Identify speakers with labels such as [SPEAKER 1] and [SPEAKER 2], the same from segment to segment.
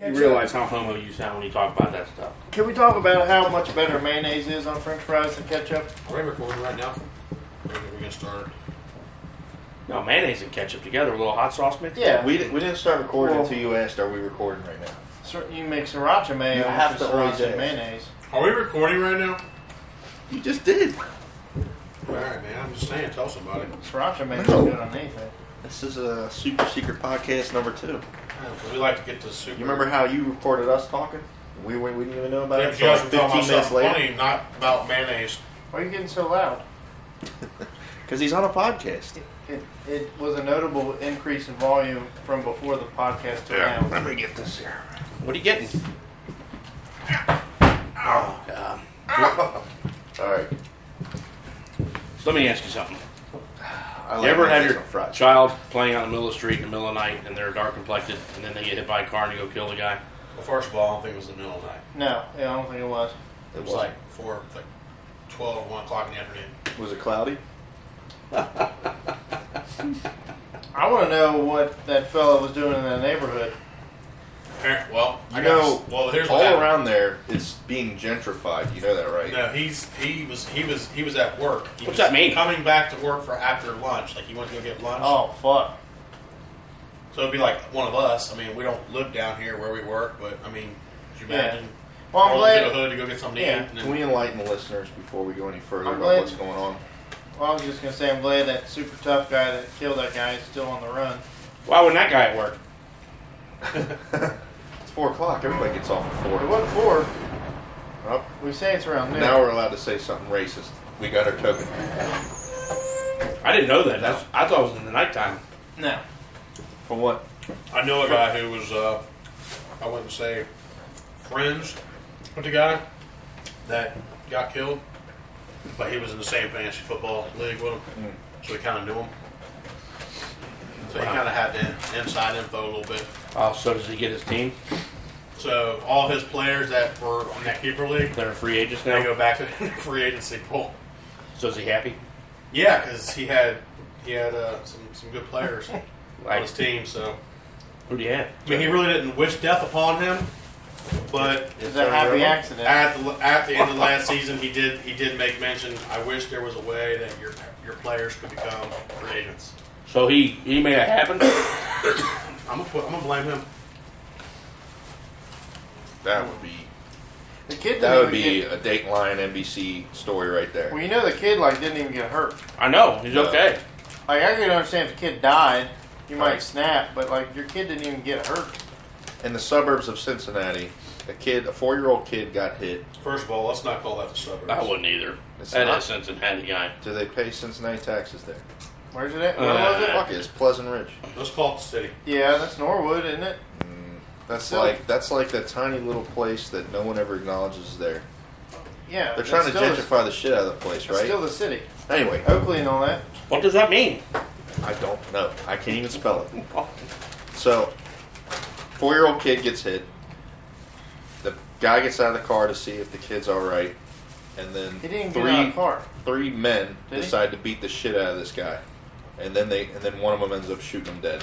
[SPEAKER 1] You realize how homo you sound when you talk about that stuff.
[SPEAKER 2] Can we talk about how much better mayonnaise is on French fries than ketchup?
[SPEAKER 3] Are we recording right now? Or Are we gonna start?
[SPEAKER 1] No, mayonnaise and ketchup together, a little hot sauce mix.
[SPEAKER 2] Yeah,
[SPEAKER 4] We, di- we didn't start recording
[SPEAKER 2] Well-
[SPEAKER 4] until you asked, are we recording right now?
[SPEAKER 2] Cer- you make sriracha mayo,
[SPEAKER 4] You
[SPEAKER 2] which
[SPEAKER 4] have
[SPEAKER 2] is
[SPEAKER 4] to always
[SPEAKER 2] sriracha
[SPEAKER 4] ask.
[SPEAKER 2] and mayonnaise.
[SPEAKER 3] Are we recording right now?
[SPEAKER 4] You just did.
[SPEAKER 3] All right, man. I'm just saying. Tell somebody.
[SPEAKER 2] Sriracha mayo
[SPEAKER 4] No.
[SPEAKER 2] is good on anything.
[SPEAKER 4] This is a super secret podcast number two.
[SPEAKER 3] Because we like to get to super.
[SPEAKER 4] You remember how you recorded us talking? We, we, we didn't even know about
[SPEAKER 3] Yeah,
[SPEAKER 4] it.
[SPEAKER 3] but
[SPEAKER 4] So
[SPEAKER 3] you guys
[SPEAKER 4] like
[SPEAKER 3] were talking
[SPEAKER 4] 15
[SPEAKER 3] about
[SPEAKER 4] minutes
[SPEAKER 3] something
[SPEAKER 4] later.
[SPEAKER 3] funny, not about mayonnaise.
[SPEAKER 2] Why are you getting so loud?
[SPEAKER 4] Because he's on a podcast.
[SPEAKER 2] It, it was a notable increase in volume from before the podcast to now.
[SPEAKER 4] me get this here.
[SPEAKER 1] What are you getting? Oh, God.
[SPEAKER 4] All right.
[SPEAKER 1] So let me ask you something.
[SPEAKER 4] I
[SPEAKER 1] you ever have
[SPEAKER 4] mayonnaise
[SPEAKER 1] your
[SPEAKER 4] on fries.
[SPEAKER 1] child playing out in the middle of the street in the middle of the night and they're dark complected and then they get hit by a car and they go kill the guy?
[SPEAKER 3] Well, first of all, I don't think it was the middle of the night.
[SPEAKER 2] No, yeah, I don't think it was.
[SPEAKER 3] It was
[SPEAKER 4] wasn't.
[SPEAKER 3] like four, like 12, 1 o'clock in the afternoon.
[SPEAKER 4] Was it cloudy?
[SPEAKER 2] I want to know what that fella was doing in that neighborhood.
[SPEAKER 3] Apparent- Well, I
[SPEAKER 4] You
[SPEAKER 3] got
[SPEAKER 4] know,
[SPEAKER 3] this- Well, here's
[SPEAKER 4] All
[SPEAKER 3] what happened.
[SPEAKER 4] around there, it's being gentrified. You know that, right?
[SPEAKER 3] No, he's he was he was he was at work. He
[SPEAKER 1] What's
[SPEAKER 3] was
[SPEAKER 1] that mean?
[SPEAKER 3] Coming back to work for after lunch, like he went to go get lunch.
[SPEAKER 2] Oh fuck!
[SPEAKER 3] So it'd be like one of us. I mean, we don't live down here where we work, but I mean, could you
[SPEAKER 2] Yeah.
[SPEAKER 3] imagine?
[SPEAKER 2] Well, I'm
[SPEAKER 3] rolling through
[SPEAKER 2] glad.
[SPEAKER 3] the hood to go get something
[SPEAKER 2] Yeah.
[SPEAKER 3] to eat.
[SPEAKER 4] Can
[SPEAKER 3] And
[SPEAKER 4] we enlighten the listeners before we go any further
[SPEAKER 2] I'm
[SPEAKER 4] about
[SPEAKER 2] glad-
[SPEAKER 4] what's going on?
[SPEAKER 2] Well, I was just gonna say I'm glad that super tough guy that killed that guy is still on the run.
[SPEAKER 1] Why wouldn't that guy at work?
[SPEAKER 4] It's 4 o'clock. Everybody gets off at 4.
[SPEAKER 2] It wasn't four.
[SPEAKER 4] Well,
[SPEAKER 2] We say it's around noon.
[SPEAKER 4] Now we're allowed to say something racist. We got our token.
[SPEAKER 1] I didn't know that. That's, I thought it was in the nighttime.
[SPEAKER 2] no.
[SPEAKER 4] For what?
[SPEAKER 3] I know a guy who was, uh, I wouldn't say friends with the guy that got killed, but he was in the same fantasy football league with him, so we kind of knew him. Mm. So he
[SPEAKER 1] Wow.
[SPEAKER 3] kind of had the inside info a little bit.
[SPEAKER 1] Oh, so does he get his team?
[SPEAKER 3] So all his players that were in that keeper league,
[SPEAKER 1] They're free agents
[SPEAKER 3] they
[SPEAKER 1] now.
[SPEAKER 3] go back to free agency pool.
[SPEAKER 1] So is he happy?
[SPEAKER 3] Yeah, because he had he had uh, some some good players on
[SPEAKER 1] Like,
[SPEAKER 3] his team. So
[SPEAKER 1] who do you have?
[SPEAKER 3] I mean, he really didn't wish death upon him, but
[SPEAKER 2] It was a happy accident.
[SPEAKER 3] at the at the end of last season, he did he did make mention. I wish there was a way that your your players could become free agents.
[SPEAKER 1] So he, he made it happen?
[SPEAKER 3] I'm gonna put, I'm gonna blame him.
[SPEAKER 4] That would be
[SPEAKER 2] The kid didn't
[SPEAKER 4] that would
[SPEAKER 2] even
[SPEAKER 4] be
[SPEAKER 2] Get,
[SPEAKER 4] a Dateline NBC story right there.
[SPEAKER 2] well, you know the kid like didn't even get hurt.
[SPEAKER 1] I know. He's
[SPEAKER 4] Yeah.
[SPEAKER 1] okay.
[SPEAKER 2] Like I could understand if the kid died, you might
[SPEAKER 4] Right.
[SPEAKER 2] snap, but like your kid didn't even get hurt.
[SPEAKER 4] In the suburbs of Cincinnati, a kid, a four-year-old kid, got hit.
[SPEAKER 3] First of all, let's not call that the suburbs.
[SPEAKER 1] I wouldn't either.
[SPEAKER 4] It's
[SPEAKER 1] That
[SPEAKER 4] not-
[SPEAKER 1] is Cincinnati guy.
[SPEAKER 4] Do they pay Cincinnati taxes there?
[SPEAKER 2] Where's it at? Where
[SPEAKER 1] Uh.
[SPEAKER 2] was it?
[SPEAKER 4] Fuck it, it's Pleasant Ridge.
[SPEAKER 3] Let's call it the city.
[SPEAKER 2] Yeah, that's Norwood, isn't it?
[SPEAKER 4] That's
[SPEAKER 2] Still-
[SPEAKER 4] like that's like that tiny little place that no one ever acknowledges is there.
[SPEAKER 2] Yeah.
[SPEAKER 4] They're
[SPEAKER 2] that's
[SPEAKER 4] trying to
[SPEAKER 2] still
[SPEAKER 4] gentrify the shit out of the place,
[SPEAKER 2] The, that's Still
[SPEAKER 4] right?
[SPEAKER 2] the city,
[SPEAKER 4] Anyway,
[SPEAKER 2] Oakley and all that.
[SPEAKER 1] What does that mean?
[SPEAKER 4] I don't know. I can't even spell it. So, four-year-old kid gets hit. The guy gets out of the car to see if the kid's all right, and then
[SPEAKER 2] He didn't get out
[SPEAKER 4] three
[SPEAKER 2] of the car.
[SPEAKER 4] three men
[SPEAKER 2] Did he?
[SPEAKER 4] decide to beat the shit out of this guy, and then they and then one of them ends up shooting him dead.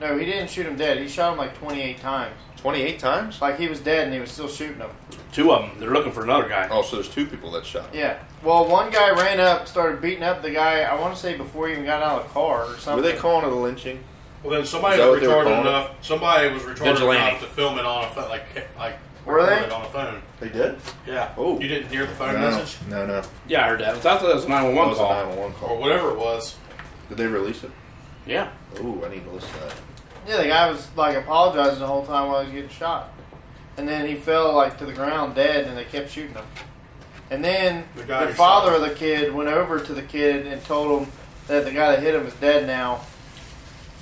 [SPEAKER 2] No, he didn't shoot him dead. He shot him like 28 times.
[SPEAKER 4] Twenty eight times.
[SPEAKER 2] Like he was dead and he was still shooting him.
[SPEAKER 1] Two of them. They're looking for another guy.
[SPEAKER 4] Oh, so there's two people that shot. him.
[SPEAKER 2] Yeah. Well, one guy ran up, started beating up the guy. I want to say before he even got out of the car or something.
[SPEAKER 4] Were they calling it a lynching?
[SPEAKER 3] Well, then somebody
[SPEAKER 4] Is that what
[SPEAKER 3] was
[SPEAKER 4] they were
[SPEAKER 3] retarded
[SPEAKER 4] calling it?
[SPEAKER 3] enough. Somebody was retarded
[SPEAKER 1] Vigilante.
[SPEAKER 3] enough to film it on a phone, like like
[SPEAKER 2] Were they?
[SPEAKER 3] record it on a phone?
[SPEAKER 4] They did.
[SPEAKER 3] Yeah.
[SPEAKER 4] Oh.
[SPEAKER 3] You didn't hear the phone
[SPEAKER 4] No,
[SPEAKER 3] message
[SPEAKER 4] no, no.
[SPEAKER 1] Yeah, I heard that. I thought that was a
[SPEAKER 4] That
[SPEAKER 1] 911
[SPEAKER 4] was a
[SPEAKER 1] call.
[SPEAKER 4] nine one one
[SPEAKER 3] or
[SPEAKER 4] call. Oh,
[SPEAKER 3] whatever it was.
[SPEAKER 4] Did they release it?
[SPEAKER 1] Yeah.
[SPEAKER 4] Ooh, I need to listen to that.
[SPEAKER 2] Yeah, the guy was like apologizing the whole time while he was getting shot, and then he fell like to the ground dead, and they kept shooting him. And then
[SPEAKER 3] The
[SPEAKER 2] the,
[SPEAKER 3] guy who
[SPEAKER 2] father
[SPEAKER 3] shot
[SPEAKER 2] of the kid went over to the kid and told him that the guy that hit him is dead now.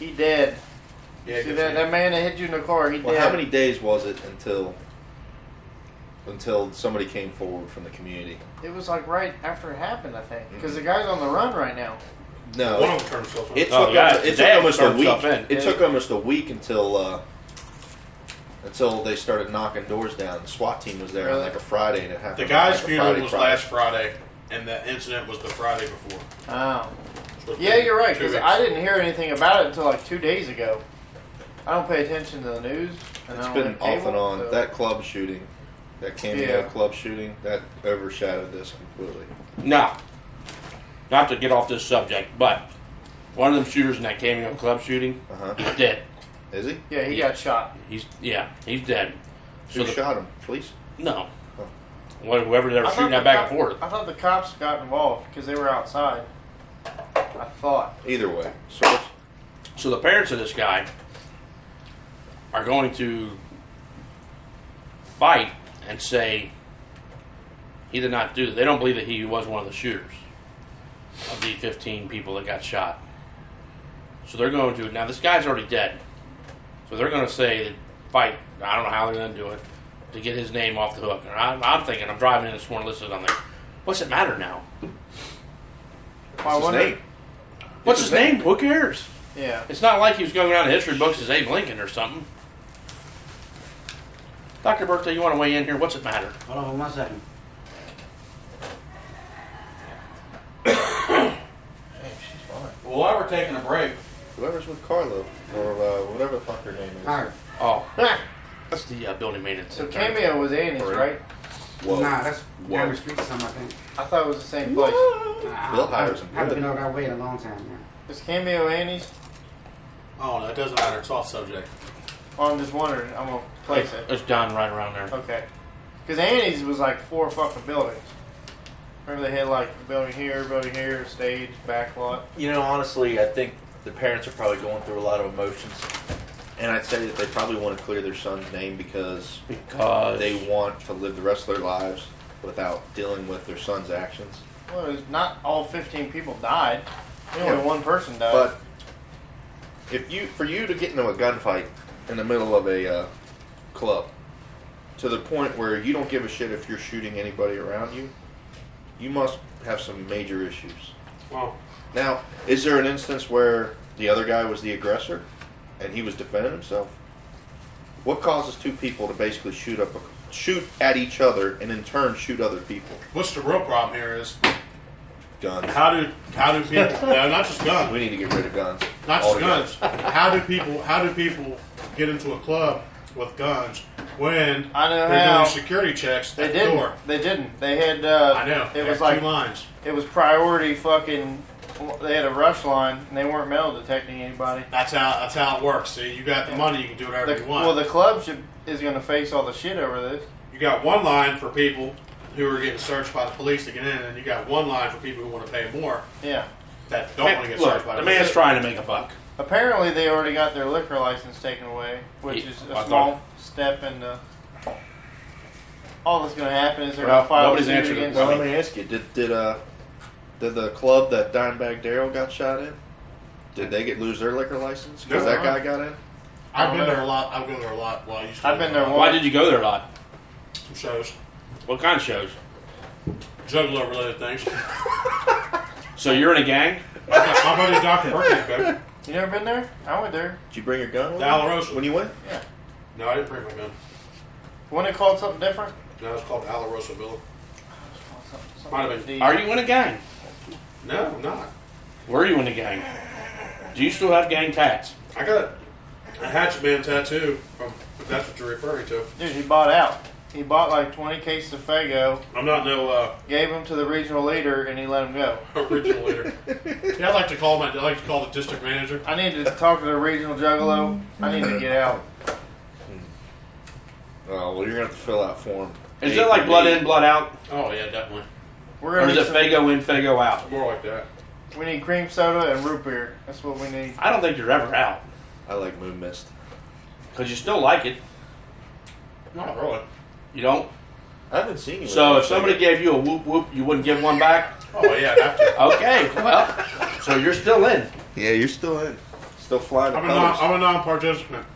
[SPEAKER 2] He dead.
[SPEAKER 3] Yeah.
[SPEAKER 2] See
[SPEAKER 3] good
[SPEAKER 2] that,
[SPEAKER 3] for
[SPEAKER 2] that man that hit you in the car? He
[SPEAKER 4] Well,
[SPEAKER 2] dead.
[SPEAKER 4] how many days was it until until somebody came forward from the community?
[SPEAKER 2] It was like right after it happened, I think, because the guy's on the run right now.
[SPEAKER 3] you.
[SPEAKER 4] No,
[SPEAKER 3] One of them turned himself.
[SPEAKER 4] It
[SPEAKER 3] It's
[SPEAKER 1] Oh,
[SPEAKER 4] took,
[SPEAKER 1] yeah,
[SPEAKER 4] almost, it took
[SPEAKER 1] today
[SPEAKER 4] almost a
[SPEAKER 1] starts
[SPEAKER 4] week.
[SPEAKER 1] off in.
[SPEAKER 4] It took almost a week until uh, until they started knocking doors down. The SWAT team was there on
[SPEAKER 2] Really?
[SPEAKER 4] like a Friday, and it happened.
[SPEAKER 3] The
[SPEAKER 4] on,
[SPEAKER 3] guy's
[SPEAKER 4] like, a
[SPEAKER 3] funeral
[SPEAKER 4] Friday,
[SPEAKER 3] was
[SPEAKER 4] Friday.
[SPEAKER 3] last Friday, and the incident was the Friday before.
[SPEAKER 2] Oh,
[SPEAKER 3] So it's
[SPEAKER 2] yeah,
[SPEAKER 3] been
[SPEAKER 2] you're right.
[SPEAKER 3] two
[SPEAKER 2] Because
[SPEAKER 3] weeks.
[SPEAKER 2] I didn't hear anything about it until like two days ago. I don't pay attention to the news. And
[SPEAKER 4] It's
[SPEAKER 2] I don't
[SPEAKER 4] been
[SPEAKER 2] have
[SPEAKER 4] off
[SPEAKER 2] cable,
[SPEAKER 4] and on.
[SPEAKER 2] so-
[SPEAKER 4] That club shooting, that cameo
[SPEAKER 2] Yeah.
[SPEAKER 4] club shooting, that overshadowed this completely.
[SPEAKER 1] Now, not to get off this subject, but one of them shooters in that cameo club shooting,
[SPEAKER 4] Uh huh.
[SPEAKER 1] he's dead.
[SPEAKER 4] Is he?
[SPEAKER 2] Yeah, he
[SPEAKER 1] Yeah.
[SPEAKER 2] got shot.
[SPEAKER 1] He's yeah, he's dead.
[SPEAKER 4] Who
[SPEAKER 1] the-
[SPEAKER 4] shot him? Police?
[SPEAKER 1] No.
[SPEAKER 4] Oh.
[SPEAKER 1] Wh- Whoever they were
[SPEAKER 2] I thought
[SPEAKER 1] shooting that
[SPEAKER 2] the
[SPEAKER 1] back and
[SPEAKER 2] cop-
[SPEAKER 1] forth.
[SPEAKER 2] I thought the cops got involved because they were outside. I thought.
[SPEAKER 4] Either way, source.
[SPEAKER 1] So the parents of this guy are going to fight and say he did not do that. They don't believe that he was one of the shooters of the 15 people that got shot. So they're going to now this guy's already dead. So they're going to say that fight. I don't know how they're going to do it to get his name off the hook. And I'm, I'm thinking I'm driving in this morning, listening on there. What's it matter now?
[SPEAKER 2] Well, I
[SPEAKER 4] What's his
[SPEAKER 2] wonder-
[SPEAKER 4] name?
[SPEAKER 1] What's his name? Who cares?
[SPEAKER 2] Yeah.
[SPEAKER 1] It's not like he was going around the history books as Abe Lincoln or something. Dr. Birthday, you want to weigh in here? What's it matter?
[SPEAKER 5] Hold on one second.
[SPEAKER 3] Well, while we're taking a break,
[SPEAKER 4] Whoever's with Carlo or uh, whatever the fuck her name is.
[SPEAKER 5] All right.
[SPEAKER 1] Oh, that's the uh, building maintenance.
[SPEAKER 2] so
[SPEAKER 1] intern.
[SPEAKER 2] cameo was Annie's,
[SPEAKER 4] Right.
[SPEAKER 2] right?
[SPEAKER 4] Whoa.
[SPEAKER 5] Nah, that's
[SPEAKER 4] Whoa.
[SPEAKER 5] down the street or something, I think.
[SPEAKER 2] I thought it was the same place.
[SPEAKER 5] Nah,
[SPEAKER 4] Bill
[SPEAKER 5] I-
[SPEAKER 4] Hires him.
[SPEAKER 5] I haven't been over that way in a long time now.
[SPEAKER 2] Is cameo Annie's?
[SPEAKER 3] oh no, it doesn't matter. It's off subject.
[SPEAKER 2] Oh, I'm just wondering. I'm gonna place it.
[SPEAKER 1] It's done right around there.
[SPEAKER 2] Okay. Because Annie's was like four fucking buildings. Remember they had like a building here, building here, stage, back lot.
[SPEAKER 6] You know, honestly, I think the parents are probably going through a lot of emotions.
[SPEAKER 4] And I'd say that they probably want to clear their son's name because
[SPEAKER 1] Because
[SPEAKER 4] they want to live the rest of their lives without dealing with their son's actions.
[SPEAKER 2] Well, it was not all 15 people died. Only
[SPEAKER 4] Yeah.
[SPEAKER 2] one person died.
[SPEAKER 4] But if you for you to get into a gunfight in the middle of a uh, club to the point where you don't give a shit if you're shooting anybody around you, you must have some major issues.
[SPEAKER 3] Well,
[SPEAKER 4] Now, is there an instance where the other guy was the aggressor and he was defending himself? What causes two people to basically shoot up, a, shoot at each other, and in turn shoot other people?
[SPEAKER 3] what's the real problem here is
[SPEAKER 4] Guns.
[SPEAKER 3] how do how do people no, not just guns,
[SPEAKER 4] We Oh, need to get rid of guns.
[SPEAKER 3] not just
[SPEAKER 4] altogether.
[SPEAKER 3] guns. How do people how do people get into a club with guns when
[SPEAKER 2] I know
[SPEAKER 3] they're
[SPEAKER 2] how.
[SPEAKER 3] doing security checks
[SPEAKER 2] They
[SPEAKER 3] at the
[SPEAKER 2] didn't.
[SPEAKER 3] door?
[SPEAKER 2] They didn't. They had. Uh,
[SPEAKER 3] I know.
[SPEAKER 2] It
[SPEAKER 3] They
[SPEAKER 2] was
[SPEAKER 3] have
[SPEAKER 2] like
[SPEAKER 3] two lines.
[SPEAKER 2] it was priority fucking. They had a rush line and they weren't metal detecting anybody.
[SPEAKER 3] That's how that's how it works. See, you got the money, you can do whatever
[SPEAKER 2] The,
[SPEAKER 3] you want.
[SPEAKER 2] well, the club should, is going to face all the shit over this.
[SPEAKER 3] you got one line for people who are getting searched by the police to get in, and you got one line for people who want to pay more
[SPEAKER 2] Yeah.
[SPEAKER 3] that don't want to
[SPEAKER 1] Man,
[SPEAKER 3] get
[SPEAKER 1] look,
[SPEAKER 3] searched by
[SPEAKER 1] the
[SPEAKER 3] the
[SPEAKER 1] man's
[SPEAKER 3] police.
[SPEAKER 1] trying to make a buck.
[SPEAKER 2] Apparently, they already got their liquor license taken away, which
[SPEAKER 1] Yeah,
[SPEAKER 2] is
[SPEAKER 1] I
[SPEAKER 2] a
[SPEAKER 1] thought-
[SPEAKER 2] small step in the. All that's going to happen is they're
[SPEAKER 1] Well,
[SPEAKER 2] going to file a
[SPEAKER 1] nobody's
[SPEAKER 2] suit
[SPEAKER 1] answered it.
[SPEAKER 2] against.
[SPEAKER 4] Well, let me ask you: Did did uh did the club that Dimebag Daryl got shot in? Did they get lose their liquor license because
[SPEAKER 3] No. uh-huh.
[SPEAKER 4] that guy got in?
[SPEAKER 3] I've been there a lot. I've been there a lot. Well, I used to
[SPEAKER 2] I've
[SPEAKER 3] go
[SPEAKER 2] been
[SPEAKER 3] to a
[SPEAKER 2] there
[SPEAKER 3] lot.
[SPEAKER 1] Why did you go there a lot?
[SPEAKER 3] Some shows,
[SPEAKER 1] What kind of shows?
[SPEAKER 3] juggler related things.
[SPEAKER 1] So you're in a gang?
[SPEAKER 3] my, my buddy Doctor Perkins, baby.
[SPEAKER 2] You never been there? I went there.
[SPEAKER 4] Did you bring your gun? with
[SPEAKER 3] The
[SPEAKER 4] you?
[SPEAKER 3] Alarosa.
[SPEAKER 4] When you went?
[SPEAKER 3] No, I didn't bring my gun.
[SPEAKER 2] Wasn't it called something different?
[SPEAKER 3] No, it's called Alarosa Villa.
[SPEAKER 2] Something-
[SPEAKER 3] Might have been.
[SPEAKER 2] something
[SPEAKER 1] Are you in a gang?
[SPEAKER 3] No, I'm not.
[SPEAKER 1] Were you in a gang? Do you still have gang tats?
[SPEAKER 3] I got a Hatchet Man tattoo from. If that's what you're referring to.
[SPEAKER 2] Dude, he bought out. He bought like 20 cases of Fago,
[SPEAKER 3] I'm not no uh,
[SPEAKER 2] gave them to the regional leader, and he let him go.
[SPEAKER 3] original leader. Yeah, I like to call my. I like to call the district manager.
[SPEAKER 2] I need to talk to the regional juggalo. I need to get out.
[SPEAKER 4] Oh well, you're gonna have to fill out form.
[SPEAKER 1] Is
[SPEAKER 4] Eight
[SPEAKER 1] it like
[SPEAKER 4] or
[SPEAKER 1] blood
[SPEAKER 4] eight.
[SPEAKER 1] in, blood out?
[SPEAKER 3] Oh yeah, definitely.
[SPEAKER 2] We're
[SPEAKER 1] Or
[SPEAKER 2] gonna
[SPEAKER 1] is
[SPEAKER 2] need
[SPEAKER 1] it
[SPEAKER 2] some-
[SPEAKER 1] Fago in, Fago out?
[SPEAKER 3] More like that.
[SPEAKER 2] We need cream soda and root beer. That's what we need.
[SPEAKER 1] I don't think you're ever out.
[SPEAKER 4] I like moon mist.
[SPEAKER 1] Because you still like it.
[SPEAKER 3] Not really.
[SPEAKER 1] You don't?
[SPEAKER 4] I haven't seen you.
[SPEAKER 1] So if somebody gave you a whoop whoop, you wouldn't give one back.
[SPEAKER 3] Oh yeah, I have to.
[SPEAKER 1] Okay, well, so you're still in.
[SPEAKER 4] yeah, you're still in, still flying the
[SPEAKER 3] I'm a non.
[SPEAKER 4] colors.
[SPEAKER 3] I'm a non-participant.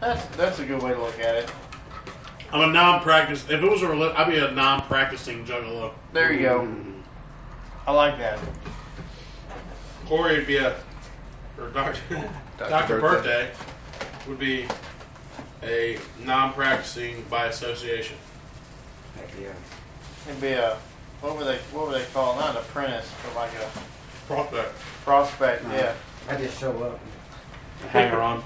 [SPEAKER 2] That's that's a good way to look at it.
[SPEAKER 3] I'm a non-practice. If it was a reli- I'd be a non-practicing juggalo.
[SPEAKER 2] There you go.
[SPEAKER 5] Mm-hmm.
[SPEAKER 2] I like that.
[SPEAKER 3] Corey would be a, or Doctor Doctor Birthday would be a non-practicing by association.
[SPEAKER 5] Heck yeah.
[SPEAKER 2] It'd be a what were they what were they called? Not an apprentice, but like a
[SPEAKER 3] Prospect.
[SPEAKER 2] prospect.
[SPEAKER 5] No.
[SPEAKER 2] Yeah.
[SPEAKER 5] I just show up.
[SPEAKER 1] Hanger on.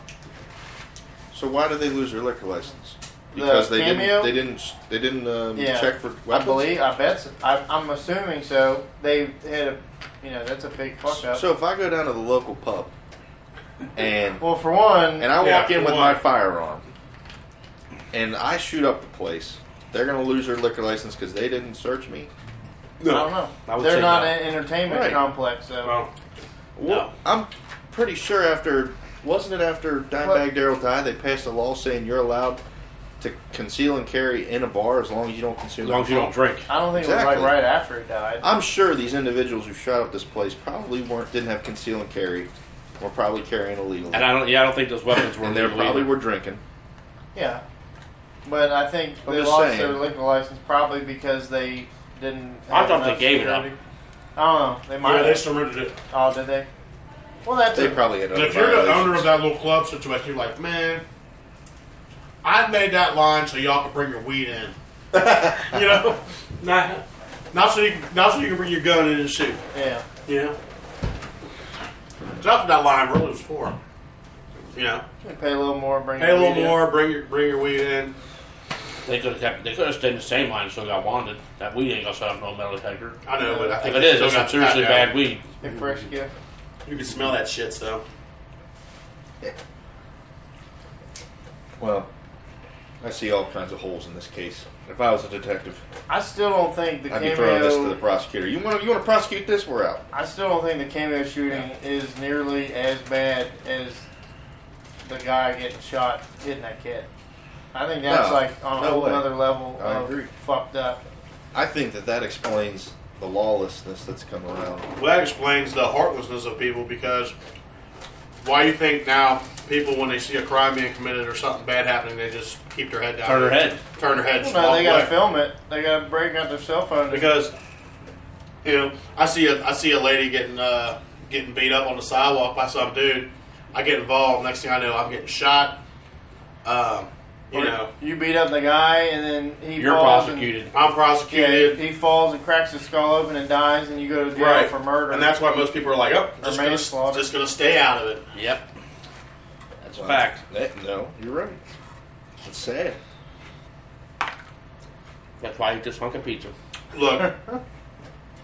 [SPEAKER 4] So why did they lose their liquor license? Because they
[SPEAKER 2] cameo?
[SPEAKER 4] didn't. They didn't. They didn't um,
[SPEAKER 2] Yeah.
[SPEAKER 4] check for
[SPEAKER 2] I
[SPEAKER 4] weapons.
[SPEAKER 2] believe. I bet. So. I, I'm assuming so. They had a, you know, that's a big fuck up.
[SPEAKER 4] So if I go down to the local pub, and
[SPEAKER 2] well, for one,
[SPEAKER 4] and I
[SPEAKER 3] Yeah,
[SPEAKER 4] walk in with
[SPEAKER 3] why?
[SPEAKER 4] my firearm, and I shoot up the place, they're gonna lose their liquor license because they didn't search me.
[SPEAKER 2] I don't know.
[SPEAKER 1] I would
[SPEAKER 2] They're
[SPEAKER 1] say
[SPEAKER 2] not
[SPEAKER 1] no.
[SPEAKER 2] an entertainment
[SPEAKER 4] Right.
[SPEAKER 2] complex, so
[SPEAKER 3] Well,
[SPEAKER 1] No.
[SPEAKER 4] I'm pretty sure after wasn't it after Dimebag Daryl died they passed a law saying you're allowed to conceal and carry in a bar as long as you don't consume.
[SPEAKER 1] As long as you don't
[SPEAKER 4] alcohol.
[SPEAKER 1] drink.
[SPEAKER 2] I don't think it was
[SPEAKER 4] Exactly.
[SPEAKER 2] like right after he died.
[SPEAKER 4] I'm sure these individuals who shot up this place probably weren't didn't have conceal and carry, were probably carrying illegally,
[SPEAKER 1] And I don't. Yeah, I don't think those weapons were.
[SPEAKER 4] and they
[SPEAKER 1] legal
[SPEAKER 4] probably
[SPEAKER 1] either.
[SPEAKER 4] were drinking.
[SPEAKER 2] Yeah, but I think
[SPEAKER 4] I'm
[SPEAKER 2] they
[SPEAKER 4] just
[SPEAKER 2] lost
[SPEAKER 4] saying.
[SPEAKER 2] their liquor license probably because they didn't.
[SPEAKER 1] I
[SPEAKER 2] have
[SPEAKER 1] thought they
[SPEAKER 2] enough
[SPEAKER 1] gave it up.
[SPEAKER 2] security. I don't know. They might.
[SPEAKER 3] yeah, they
[SPEAKER 2] have.
[SPEAKER 3] surrendered it.
[SPEAKER 2] Oh, did they? Well, that's
[SPEAKER 4] They
[SPEAKER 2] a-
[SPEAKER 4] probably had.
[SPEAKER 3] And
[SPEAKER 4] other
[SPEAKER 3] if you're the owner
[SPEAKER 4] violations.
[SPEAKER 3] of that little club situation, you're like, man, I made that line so y'all can bring your weed in. you know, not not so you can, not so you can bring your gun in and shoot.
[SPEAKER 2] yeah.
[SPEAKER 3] You know, that's what that line really was for. You know,
[SPEAKER 2] They pay a little more, bring
[SPEAKER 3] pay a
[SPEAKER 2] the
[SPEAKER 3] little
[SPEAKER 2] weed in.
[SPEAKER 3] more, bring your bring your weed in.
[SPEAKER 1] They could have kept. They could have stayed in the same line and still got wanted. That weed ain't gonna set up no metal detector.
[SPEAKER 3] I know, but I
[SPEAKER 1] If
[SPEAKER 3] think
[SPEAKER 1] it
[SPEAKER 3] they
[SPEAKER 1] is,
[SPEAKER 3] still
[SPEAKER 1] it's
[SPEAKER 3] got
[SPEAKER 1] some seriously
[SPEAKER 3] that down.
[SPEAKER 1] bad weed.
[SPEAKER 2] They fresh gift.
[SPEAKER 3] You can smell that shit, so
[SPEAKER 4] Well, I see all kinds of holes in this case. If I was a detective,
[SPEAKER 2] I still don't think the
[SPEAKER 4] I'd be throwing this to the
[SPEAKER 2] cameo.
[SPEAKER 4] prosecutor. You want to you want to prosecute this? We're out.
[SPEAKER 2] I still don't think the cameo shooting is nearly as bad as the guy getting shot hitting that kid. I think that's
[SPEAKER 4] No.
[SPEAKER 2] like on a
[SPEAKER 4] No
[SPEAKER 2] whole
[SPEAKER 4] way.
[SPEAKER 2] other level
[SPEAKER 4] I
[SPEAKER 2] of
[SPEAKER 4] agree.
[SPEAKER 2] fucked up.
[SPEAKER 4] I think that that explains the lawlessness that's come around.
[SPEAKER 3] Well, that explains the heartlessness of people because why you think now people, when they see a crime being committed or something bad happening, they just keep their head down,
[SPEAKER 1] Turn her head.
[SPEAKER 3] turn their head, and
[SPEAKER 2] Well, no,
[SPEAKER 3] walk
[SPEAKER 2] they gotta
[SPEAKER 3] away.
[SPEAKER 2] film it. They gotta break out their cell phone.
[SPEAKER 3] because you know I see a I see a lady getting uh, getting beat up on the sidewalk by some dude. I get involved. Next thing I know, I'm getting shot. Um, you know,
[SPEAKER 2] you beat up the guy, and then he
[SPEAKER 1] You're
[SPEAKER 2] falls
[SPEAKER 1] prosecuted.
[SPEAKER 2] And,
[SPEAKER 3] I'm
[SPEAKER 2] yeah,
[SPEAKER 3] prosecuted.
[SPEAKER 2] he falls and cracks his skull open and dies, and you go to jail
[SPEAKER 3] Right.
[SPEAKER 2] for murder.
[SPEAKER 3] And that's why most people are like, "Oh,
[SPEAKER 2] Or
[SPEAKER 3] just gonna,
[SPEAKER 2] manslaughter.
[SPEAKER 3] just gonna stay out of it."
[SPEAKER 1] Yep. That's a fact.
[SPEAKER 4] That- no, you're right. It's sad.
[SPEAKER 1] That's why he just hunk of pizza.
[SPEAKER 3] Look,